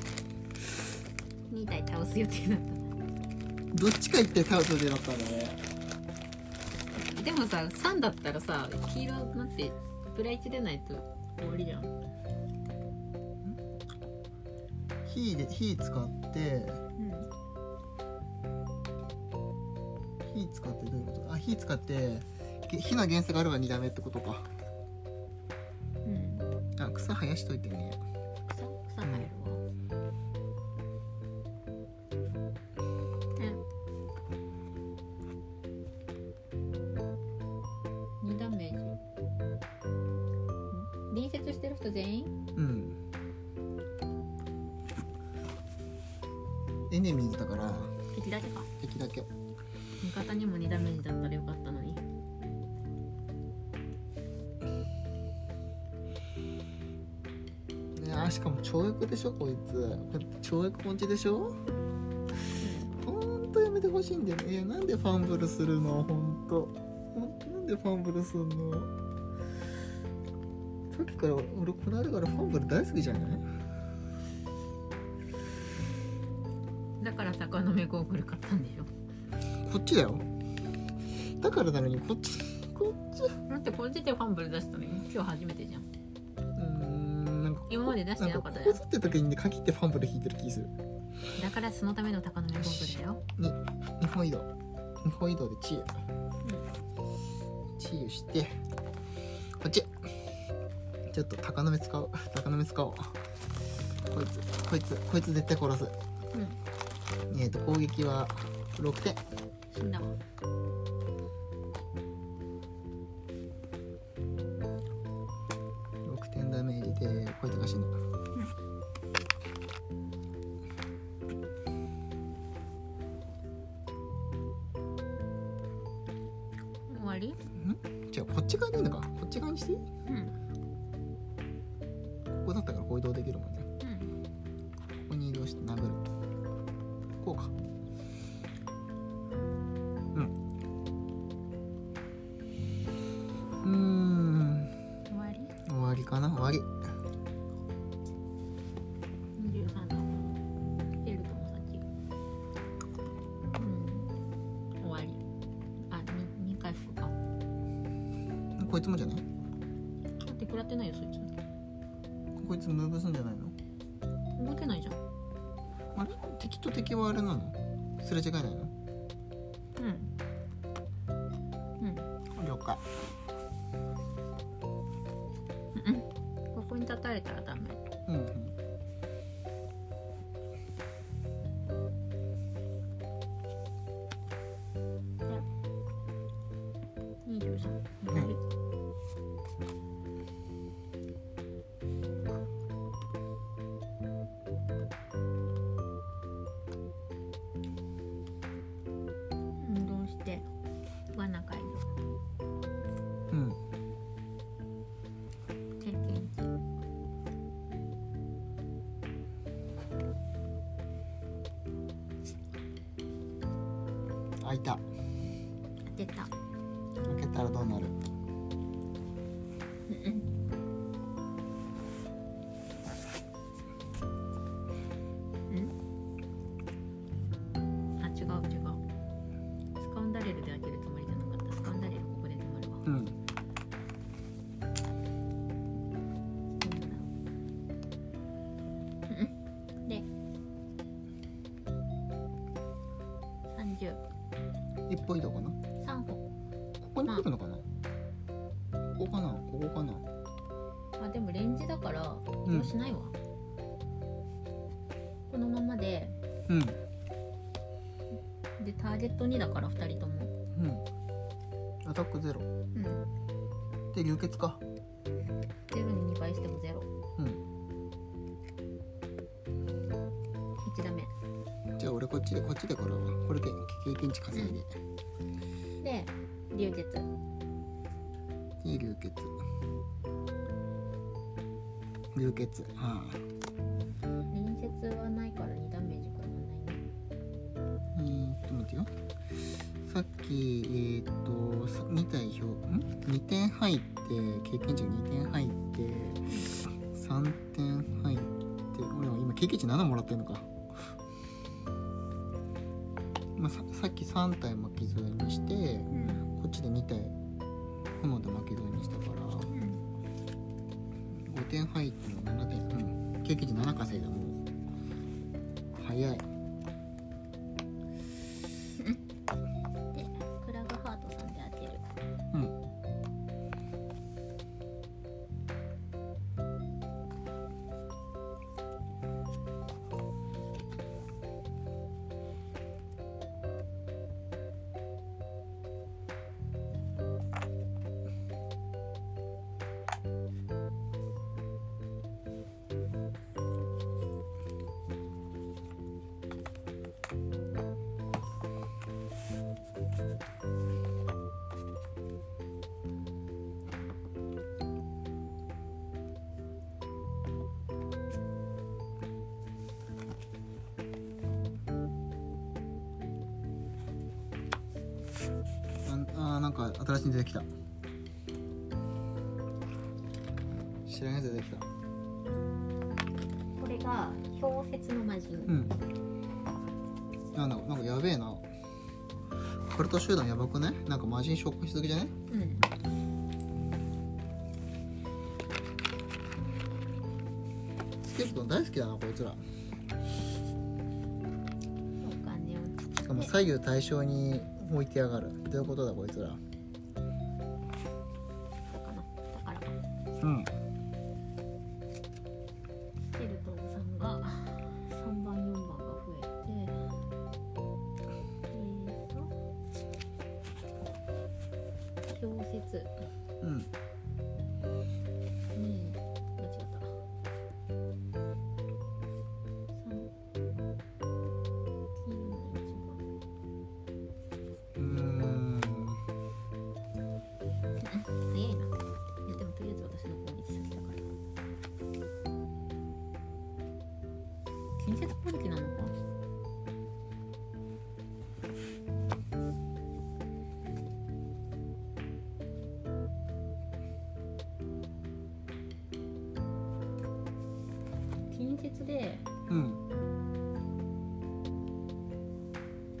Speaker 1: 二体倒す予定だった
Speaker 2: どっちか行って倒す予定だったんだね
Speaker 1: でもさ三だったらさ黄色になってプライチ出ないと終わりじゃんう
Speaker 2: 火で火使って
Speaker 1: ん
Speaker 2: 火使ってどういうことあ火使ってげ火の原素があれば2ダメってことか
Speaker 1: うん
Speaker 2: あ草生やしといてね
Speaker 1: 草草生えるわ、うん二ダメージん隣接してる人全員
Speaker 2: うんエネミーズだから
Speaker 1: 敵だけか
Speaker 2: 敵だけ
Speaker 1: 味方にも2ダメージだったらよかったのに
Speaker 2: ねあしかも懲役でしょこいつこれ懲役持ちでしょほんとやめてほしいんだよねいやなんでファンブルするのほんとほんとなんでファンブルすんのさっきから俺この間からファンブル大好きじゃない
Speaker 1: だから坂の目ゴーグル買ったんでしょ
Speaker 2: こっちだよだからなのにこっちこっちう
Speaker 1: だってこっちでファンブル出したの今日初めてじゃん
Speaker 2: ーんなんか
Speaker 1: 今まで出してなかった
Speaker 2: ん
Speaker 1: よ
Speaker 2: ここぞって時にね限ってファンブル引いてる気する
Speaker 1: だからそのための坂の目ゴーグルだよ
Speaker 2: 日本移動日本移動で治癒治癒してこっちちょっと鷹の目使おう鷹の目使おうこいつこいつこいつ絶対殺す
Speaker 1: うん
Speaker 2: えっ、と攻撃は6点
Speaker 1: 死んだわ
Speaker 2: 6点ダメージでこいつが死ぬ、
Speaker 1: 終わり
Speaker 2: じゃあこっち側でいいのかこっち側にしていい
Speaker 1: うん
Speaker 2: ここだったからこう移動できるもんね
Speaker 1: うん
Speaker 2: ここに移動して殴るこうかうんう
Speaker 1: 終わり
Speaker 2: ーん終わりかな終わり
Speaker 1: 23出るともさっきうん終わりあ二2回復か
Speaker 2: こいつもじゃない
Speaker 1: だって食らってないよそいつ
Speaker 2: こいつムーブすんじゃないの
Speaker 1: 動けないじゃん
Speaker 2: あれ敵と敵はあれなのすれ違いないの
Speaker 1: うんうん
Speaker 2: 了解
Speaker 1: うんここに立たれたらダメ丈夫じゃんなる運動して罠解
Speaker 2: うん
Speaker 1: 除経験値
Speaker 2: 開いた
Speaker 1: 当てた
Speaker 2: 開けたらどうなる
Speaker 1: あ違う違うスカンダレルで開けるつもりじゃなかったスカンダレルここで止まるわ
Speaker 2: うん
Speaker 1: で
Speaker 2: 一歩いいとこな
Speaker 1: 303歩
Speaker 2: ここに来るのかなここかなここかな
Speaker 1: あでもレンジだから移
Speaker 2: うん
Speaker 1: 動しないわ、このままで
Speaker 2: うん
Speaker 1: でターゲット2だから2人とも
Speaker 2: うんアタックゼロ
Speaker 1: うん
Speaker 2: で流血か
Speaker 1: ゼロに2倍してもゼロ
Speaker 2: うん
Speaker 1: 1ダメ
Speaker 2: じゃあ俺こっちでこっちでこれはこれで経験値稼いで
Speaker 1: で流血
Speaker 2: で流血流血 あ
Speaker 1: 連接はないから2ダメージ食らわないね
Speaker 2: あえー、っと待ってよさっきえー、っとさ2体表ん2点入って経験値が2点入って3点入って俺は今経験値7もらってんのかまあ、ささっき3体巻き添えにして
Speaker 1: うん
Speaker 2: こっちで2体炎で負け添えにしたから
Speaker 1: うん
Speaker 2: 5点入っても7点うん経験値7稼いだもう早い
Speaker 1: でクラブハートさんで当てる
Speaker 2: うんああーなんか新しいの出てきた知らないやつ出てきた
Speaker 1: これが氷雪の魔人、
Speaker 2: うんあなんかなんかやべえなカルト集団やばくないなんか魔人紹介しすぎじゃね
Speaker 1: うん
Speaker 2: スケルトン大好きだなこいつら
Speaker 1: お金を
Speaker 2: しかも左右対称に置いてやがるどういうことだこいつら
Speaker 1: たかなだから
Speaker 2: うん
Speaker 1: シェルトンさんが3番4番が増えてえーと氷雪
Speaker 2: うん
Speaker 1: に間違った三黄色の一番
Speaker 2: うーん
Speaker 1: 早いな。いやでもとりあえず私の攻撃先だから。近接攻撃なのか。近接で
Speaker 2: うん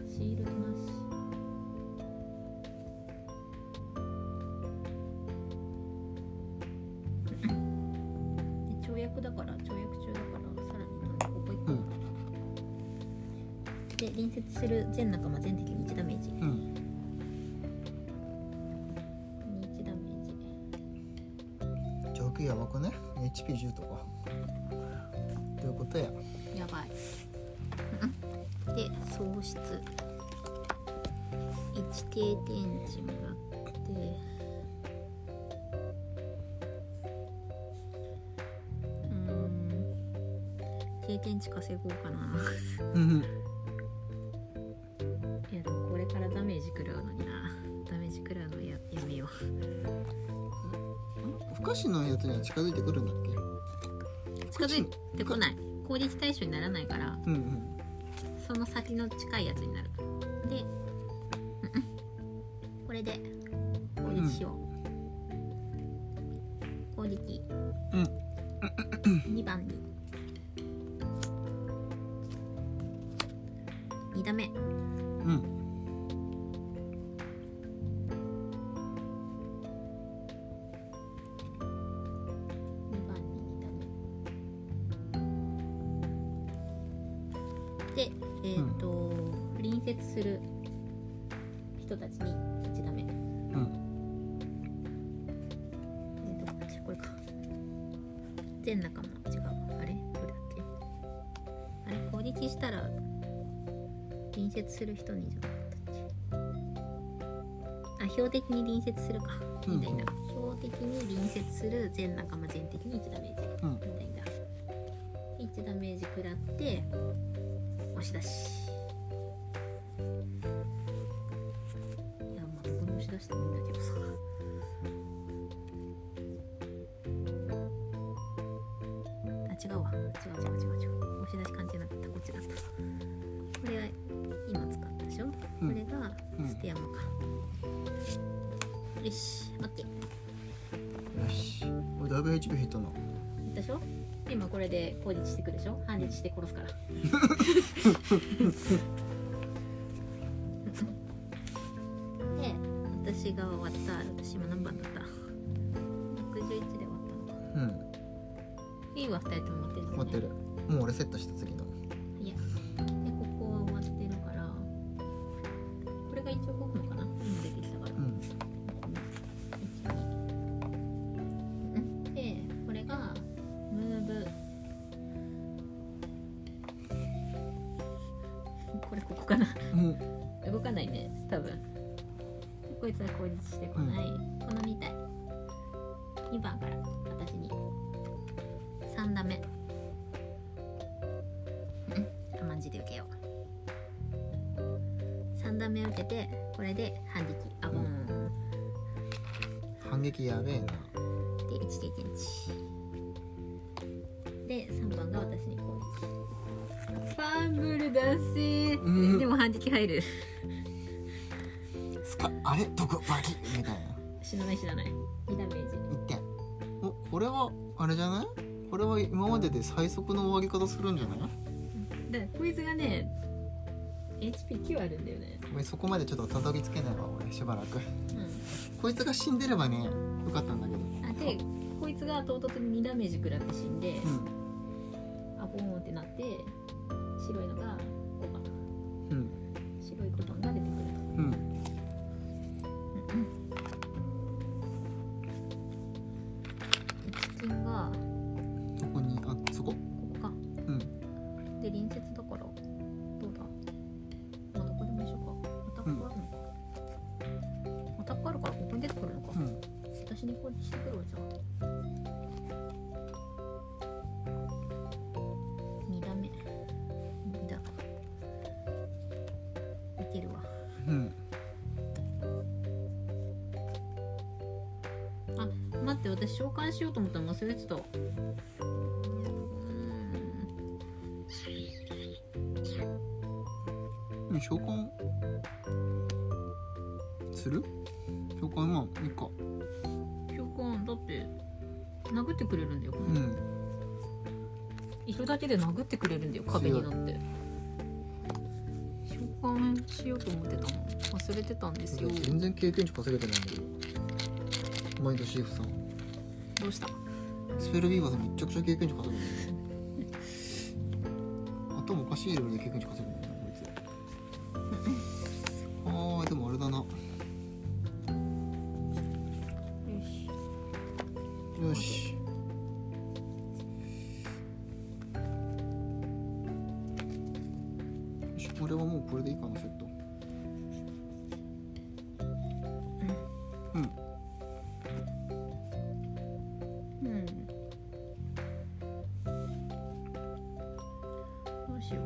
Speaker 1: シールドなし。で跳躍だから跳躍中だからさらになんかここ行
Speaker 2: う
Speaker 1: こ
Speaker 2: ん
Speaker 1: う。で隣接する全仲間全敵に1ダメージ。
Speaker 2: うん
Speaker 1: 1ダメージ。
Speaker 2: 上級やばくね HP10 とかどういうことや
Speaker 1: やばい。で喪失。1定点値もらって。経験値稼ごうかな
Speaker 2: うん
Speaker 1: いやでもこれからダメージ食らうのになダメージ食らうのややめよ
Speaker 2: 不可視のやつには近づいてくるんだっけ
Speaker 1: う近づいてこない攻撃対象にならないから
Speaker 2: うんうん
Speaker 1: その先の近いやつになるで、うんうん、これで攻撃しよう、攻撃、
Speaker 2: うん
Speaker 1: 2番に2打目
Speaker 2: うん
Speaker 1: 2番に2打目でえっ、と、隣接する人たちに1打目
Speaker 2: うん
Speaker 1: えー、どこだっけこれか全仲間違うあれどれだっけあれ攻撃したら隣接する人にじゃなかったっけあ標的に隣接するか
Speaker 2: うん
Speaker 1: みたいな、標的に隣接する全仲間全的に1ダメージ
Speaker 2: うん
Speaker 1: みたいな1ダメージ食らって押し出しいやまあこの押し出してもいいんだけどさあ違うわ違う違う違う違う押し出し関係なかったこっちだったこれは今使ったでしょ、
Speaker 2: うん
Speaker 1: これが
Speaker 2: うん
Speaker 1: ステアマか、よしオッケー
Speaker 2: よし俺だいぶ HP 減ったな
Speaker 1: 言ったでしょ今これで攻撃してくるでしょ反撃して殺す からで私が終わった私今何番だった61で終わったのか
Speaker 2: うん
Speaker 1: いいわ2人とも持ってるんだ
Speaker 2: 持
Speaker 1: よね
Speaker 2: ってるもう俺セットした次の
Speaker 1: いやでここは終わってるからこれが一応動くのかな今出てきたから
Speaker 2: うん
Speaker 1: 12でこれがムーブこれここかな
Speaker 2: うん
Speaker 1: 動かないね多分こいつは攻撃してこない、この2体2番から私に3打目うん甘んじで受けよう3打目受けてこれで反撃あボーン、
Speaker 2: 反撃やべえな
Speaker 1: で1経験値で3番が私に攻撃ファンブルだし、
Speaker 2: うん
Speaker 1: でも反撃入る
Speaker 2: スカあれどこバキッみたいな
Speaker 1: 死なない死なない2ダメージ
Speaker 2: 1点おこれはあれじゃないこれは今までで最速の終わり方するんじゃない
Speaker 1: だからこいつがね HP9 あるんだよね
Speaker 2: ごめんそこまでちょっとたどり着けないわ俺しばらく
Speaker 1: う
Speaker 2: こいつが死んでればねよかったんだけど
Speaker 1: んあでこいつが唐突に2ダメージ食らって死んで、
Speaker 2: う
Speaker 1: あボーンってなって白いのが5番
Speaker 2: んうん
Speaker 1: 白い5番が出てくると
Speaker 2: うん
Speaker 1: 一金が
Speaker 2: ここにあそこ
Speaker 1: ここか
Speaker 2: うん
Speaker 1: で隣接だからどうだまあどこでも一緒かアタックあるのか、アタックあるからここに出てくるのか、
Speaker 2: うん
Speaker 1: 私にこうしてくるわじゃあ2打目2打いけるわ
Speaker 2: うん
Speaker 1: 待って私召喚しようと思ったの忘れてたう
Speaker 2: うん召喚する召喚まあいいか
Speaker 1: ーん召喚だって殴ってくれるんだよ、こ
Speaker 2: う
Speaker 1: の
Speaker 2: ん
Speaker 1: 色だけで殴ってくれるんだよ壁になって召喚しようと思ってたの忘れてたんですよ
Speaker 2: 全然経験値稼げてないんだけど毎度シーフさん
Speaker 1: どうした
Speaker 2: スペルビーバーさんめちゃくちゃ経験値稼ぐね。頭おかしいレベルで経験値稼ぐんだよなこいつ。あーでもあれだな。
Speaker 1: よし
Speaker 2: よし。よしこれはもうこれでいいかなセット。うん。
Speaker 1: うん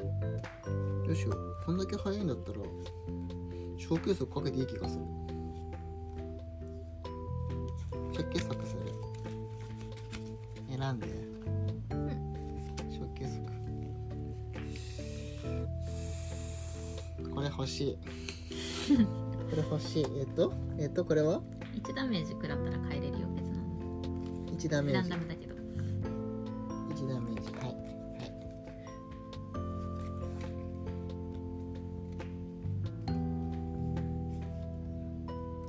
Speaker 2: よこんだけ早いんだったら小休息かけていい気がするちょっけ作する選んで小休息これ欲しいこれ欲しいえっとえっとこれは
Speaker 1: 1ダメージ食らったら帰れるよ別の
Speaker 2: 1ダメ
Speaker 1: ラ
Speaker 2: ー
Speaker 1: ン
Speaker 2: ジ
Speaker 1: ダムだけど
Speaker 2: 一ダメージはいはい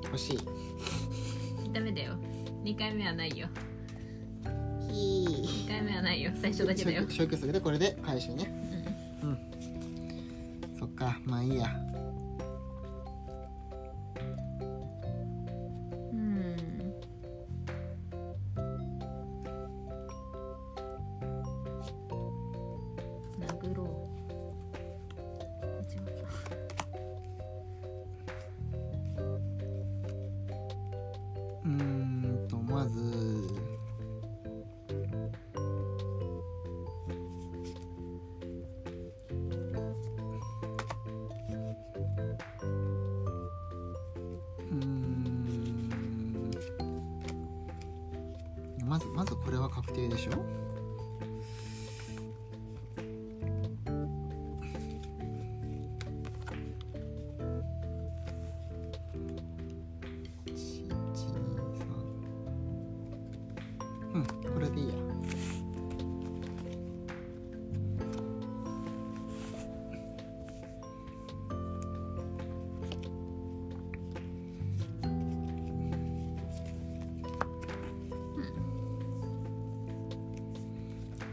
Speaker 2: 欲しい
Speaker 1: ダメだよ2回目はないよ
Speaker 2: ひ
Speaker 1: 2回目はないよ最初だけだよ、
Speaker 2: 消去するでこれで回収ね
Speaker 1: うん
Speaker 2: そっかまあいいや
Speaker 1: うん殴ろう違った
Speaker 2: うーんとまずうーんまずまずこれは確定でしょ123うんこれでいいや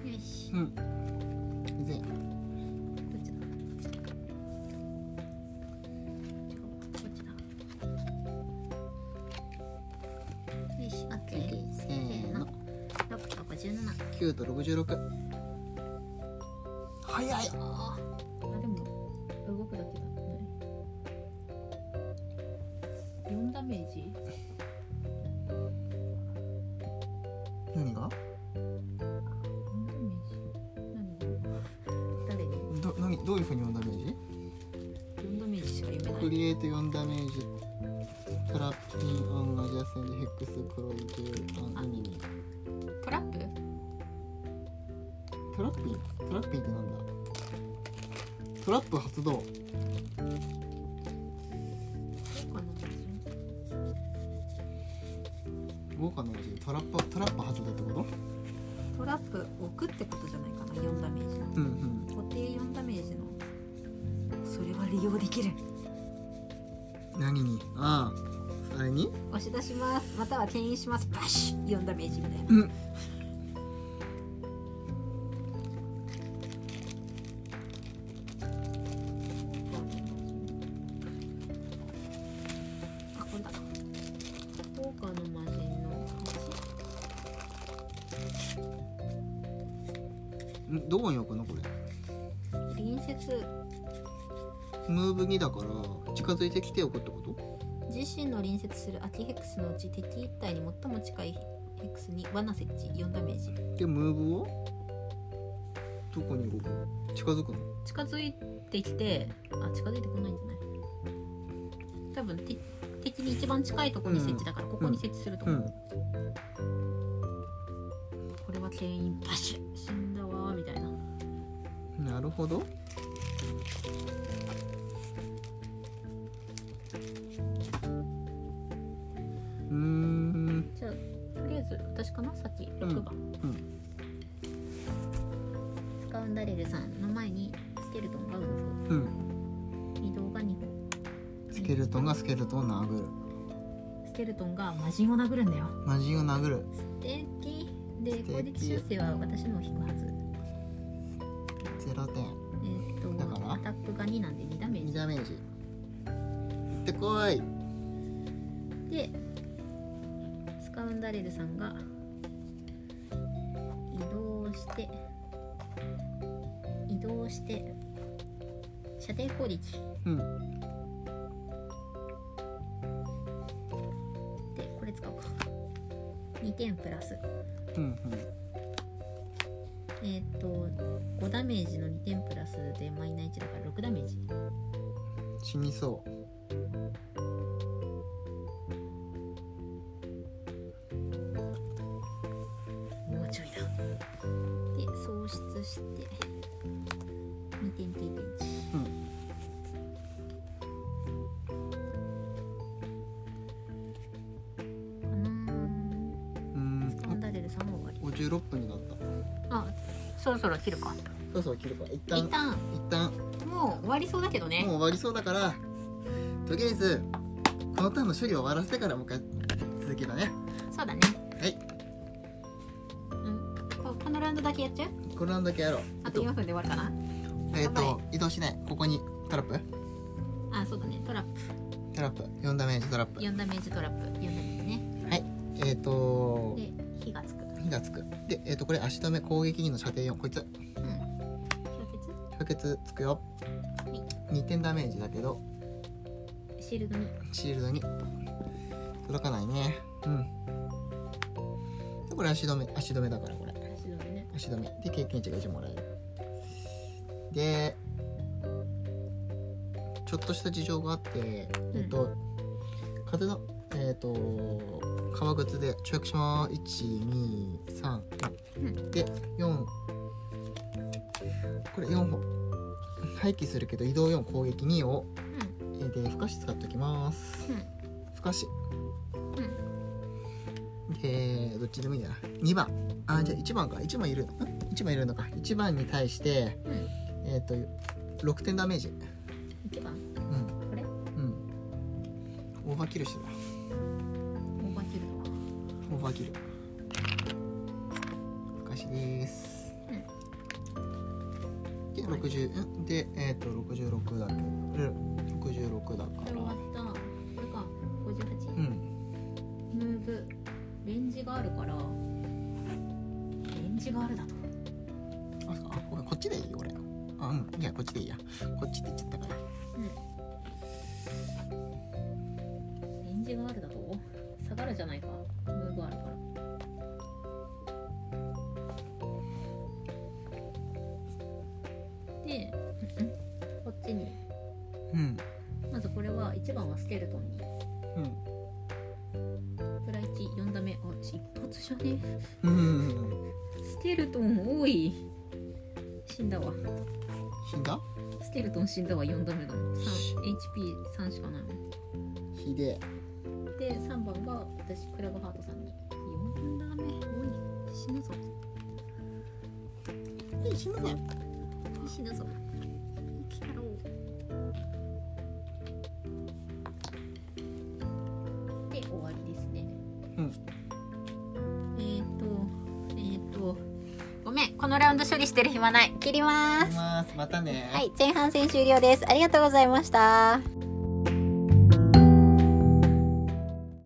Speaker 1: よし
Speaker 2: うんで
Speaker 1: どっちだこっちだよしあっ
Speaker 2: せーの
Speaker 1: 6と57
Speaker 2: 9と66早い
Speaker 1: あーあでも動くだけだったね4ダメージ
Speaker 2: 何
Speaker 1: 4
Speaker 2: が
Speaker 1: ダメージ何誰に
Speaker 2: ど何どういうふうに4ダメージ
Speaker 1: 4ダメージしか読めな
Speaker 2: ク
Speaker 1: い
Speaker 2: リエイト4ダメージトラップインオンアジア戦でヘックス黒い10アンエネミー
Speaker 1: トラップ
Speaker 2: トラップイントラップインってなんだトラップ発動
Speaker 1: こんな感
Speaker 2: 豪華な文字トラップトラップ発動ってこと
Speaker 1: じトラップ置くってことじゃないかな4ダメージ
Speaker 2: うんうん
Speaker 1: 固定4ダメージのそれは利用できる
Speaker 2: 何にあああれに
Speaker 1: 押し出しますまたは牽引しますバシッ4ダメージみたいな
Speaker 2: うん
Speaker 1: あこれだ効果の魔人の8
Speaker 2: んどこに置くのこれ
Speaker 1: 隣接
Speaker 2: ムーブ2だから近づいてきておくってこと
Speaker 1: 自身の隣接するアティヘックスのうち敵一体に最も近いヘックスに罠設置4ダメージ
Speaker 2: でムーブをどこに動くの近づくの
Speaker 1: 近づいてきてあ近づいてこないんじゃない多分て敵に一番近いところに設置だから、ここに設置すると
Speaker 2: う
Speaker 1: 思う、
Speaker 2: ん
Speaker 1: これは牽引パシュ死んだわーみたいな
Speaker 2: なるほど。うーん。
Speaker 1: じゃあとりあえず私かなさっき6番、
Speaker 2: うんう
Speaker 1: スカウンダレルさんの前にスケルトンが動く
Speaker 2: うん。
Speaker 1: 移動が2歩
Speaker 2: スケルトンがスケルトンを殴る。
Speaker 1: スケルトンが魔人を殴るんだよ
Speaker 2: 魔人を殴る。
Speaker 1: 敵で
Speaker 2: 素敵
Speaker 1: 攻撃修正は私のを引くはず
Speaker 2: ゼロ点。
Speaker 1: えーっと
Speaker 2: だから
Speaker 1: アタックが2なんで2ダメー
Speaker 2: 二
Speaker 1: ジ
Speaker 2: ダメージ。行ってこい。
Speaker 1: でスカウンダレルさんが移動して移動して射程攻撃
Speaker 2: うん。
Speaker 1: でこれ使おうか2点プラス
Speaker 2: うんうん。
Speaker 1: えーっと5ダメージの2点プラスでマイナー1だから6ダメージ
Speaker 2: 死にそう
Speaker 1: もうちょいだで喪失して2点経験値かな
Speaker 2: うーん
Speaker 1: ーアンダーレル3は終わり
Speaker 2: あ56分になった
Speaker 1: あそろそろ切るか
Speaker 2: そろそろ切るか一旦
Speaker 1: 一旦
Speaker 2: 一旦
Speaker 1: もう終わりそうだけどね
Speaker 2: もう終わりそうだからとりあえずこのターンの処理を終わらせてからもう一回続きだね
Speaker 1: そうだね
Speaker 2: はい
Speaker 1: うんここのラウンドだけやっちゃう
Speaker 2: このラウンドだけやろう
Speaker 1: あと4分で終わるかな
Speaker 2: えっと、えっ
Speaker 1: や
Speaker 2: と移動しないここにトラップ
Speaker 1: あそうだねトラップ
Speaker 2: トラップ4ダメージトラップ
Speaker 1: 4ダメージトラップ4ダメージね
Speaker 2: えっ、と
Speaker 1: で火がつく
Speaker 2: 火がつくでえっ、とこれ足止め攻撃2の射程4こいつ
Speaker 1: うん氷結
Speaker 2: 不血つくよ
Speaker 1: い
Speaker 2: 2点ダメージだけど
Speaker 1: シールドに
Speaker 2: シールドに届かないねうんでこれ足止め足止めだからこれ
Speaker 1: シールドにね
Speaker 2: 足止めで経験値が1もらえるでちょっとした事情があってえっと風のえっと革靴で跳躍します123
Speaker 1: うん
Speaker 2: で4これ4本廃棄するけど移動4攻撃2を
Speaker 1: う
Speaker 2: えーでふかし使っておきます
Speaker 1: ん
Speaker 2: ふかしでどっちでもいいな2番あじゃあ1番か1番いるん1番いるのか1番に対して、
Speaker 1: うん
Speaker 2: えっ、と6点ダメージ
Speaker 1: うん1番
Speaker 2: うん
Speaker 1: これ
Speaker 2: うんオーバーキルしてた
Speaker 1: オーバーキルドは
Speaker 2: オーバーキルふかしですで
Speaker 1: はい
Speaker 2: 60うんでえっ、と66だけどうん66だか
Speaker 1: これ終わ
Speaker 2: ら
Speaker 1: ったこれか58、
Speaker 2: うん
Speaker 1: ムーブレンジがあるからレンジがあるだと
Speaker 2: あそうあごめんこっちでいい俺あうんいやこっちでいいやこっちって言っちゃったから
Speaker 1: レンジがあるだと下がるじゃないかムーブあるからでうんうんこっちに
Speaker 2: うん
Speaker 1: まずこれは1番はスケルトンに
Speaker 2: うん
Speaker 1: プラ14打目あ一発じゃね
Speaker 2: うんうんうん
Speaker 1: スケルトン多い死んだわ
Speaker 2: 死んだ
Speaker 1: スケルトン死んだわ4度目だもん 3HP3 しかないもん
Speaker 2: ひでえ
Speaker 1: で3番が私クラブハートさんに4ダメおい死ぬぞ
Speaker 2: え死ぬぞ
Speaker 1: 死ぬぞ生きたろうで終わりですね
Speaker 2: うん
Speaker 1: えーっ、とえーっ、とごめんこのラウンド処理してる暇ない切りま
Speaker 2: ますまたね
Speaker 1: はい前半戦終了ですありがとうございました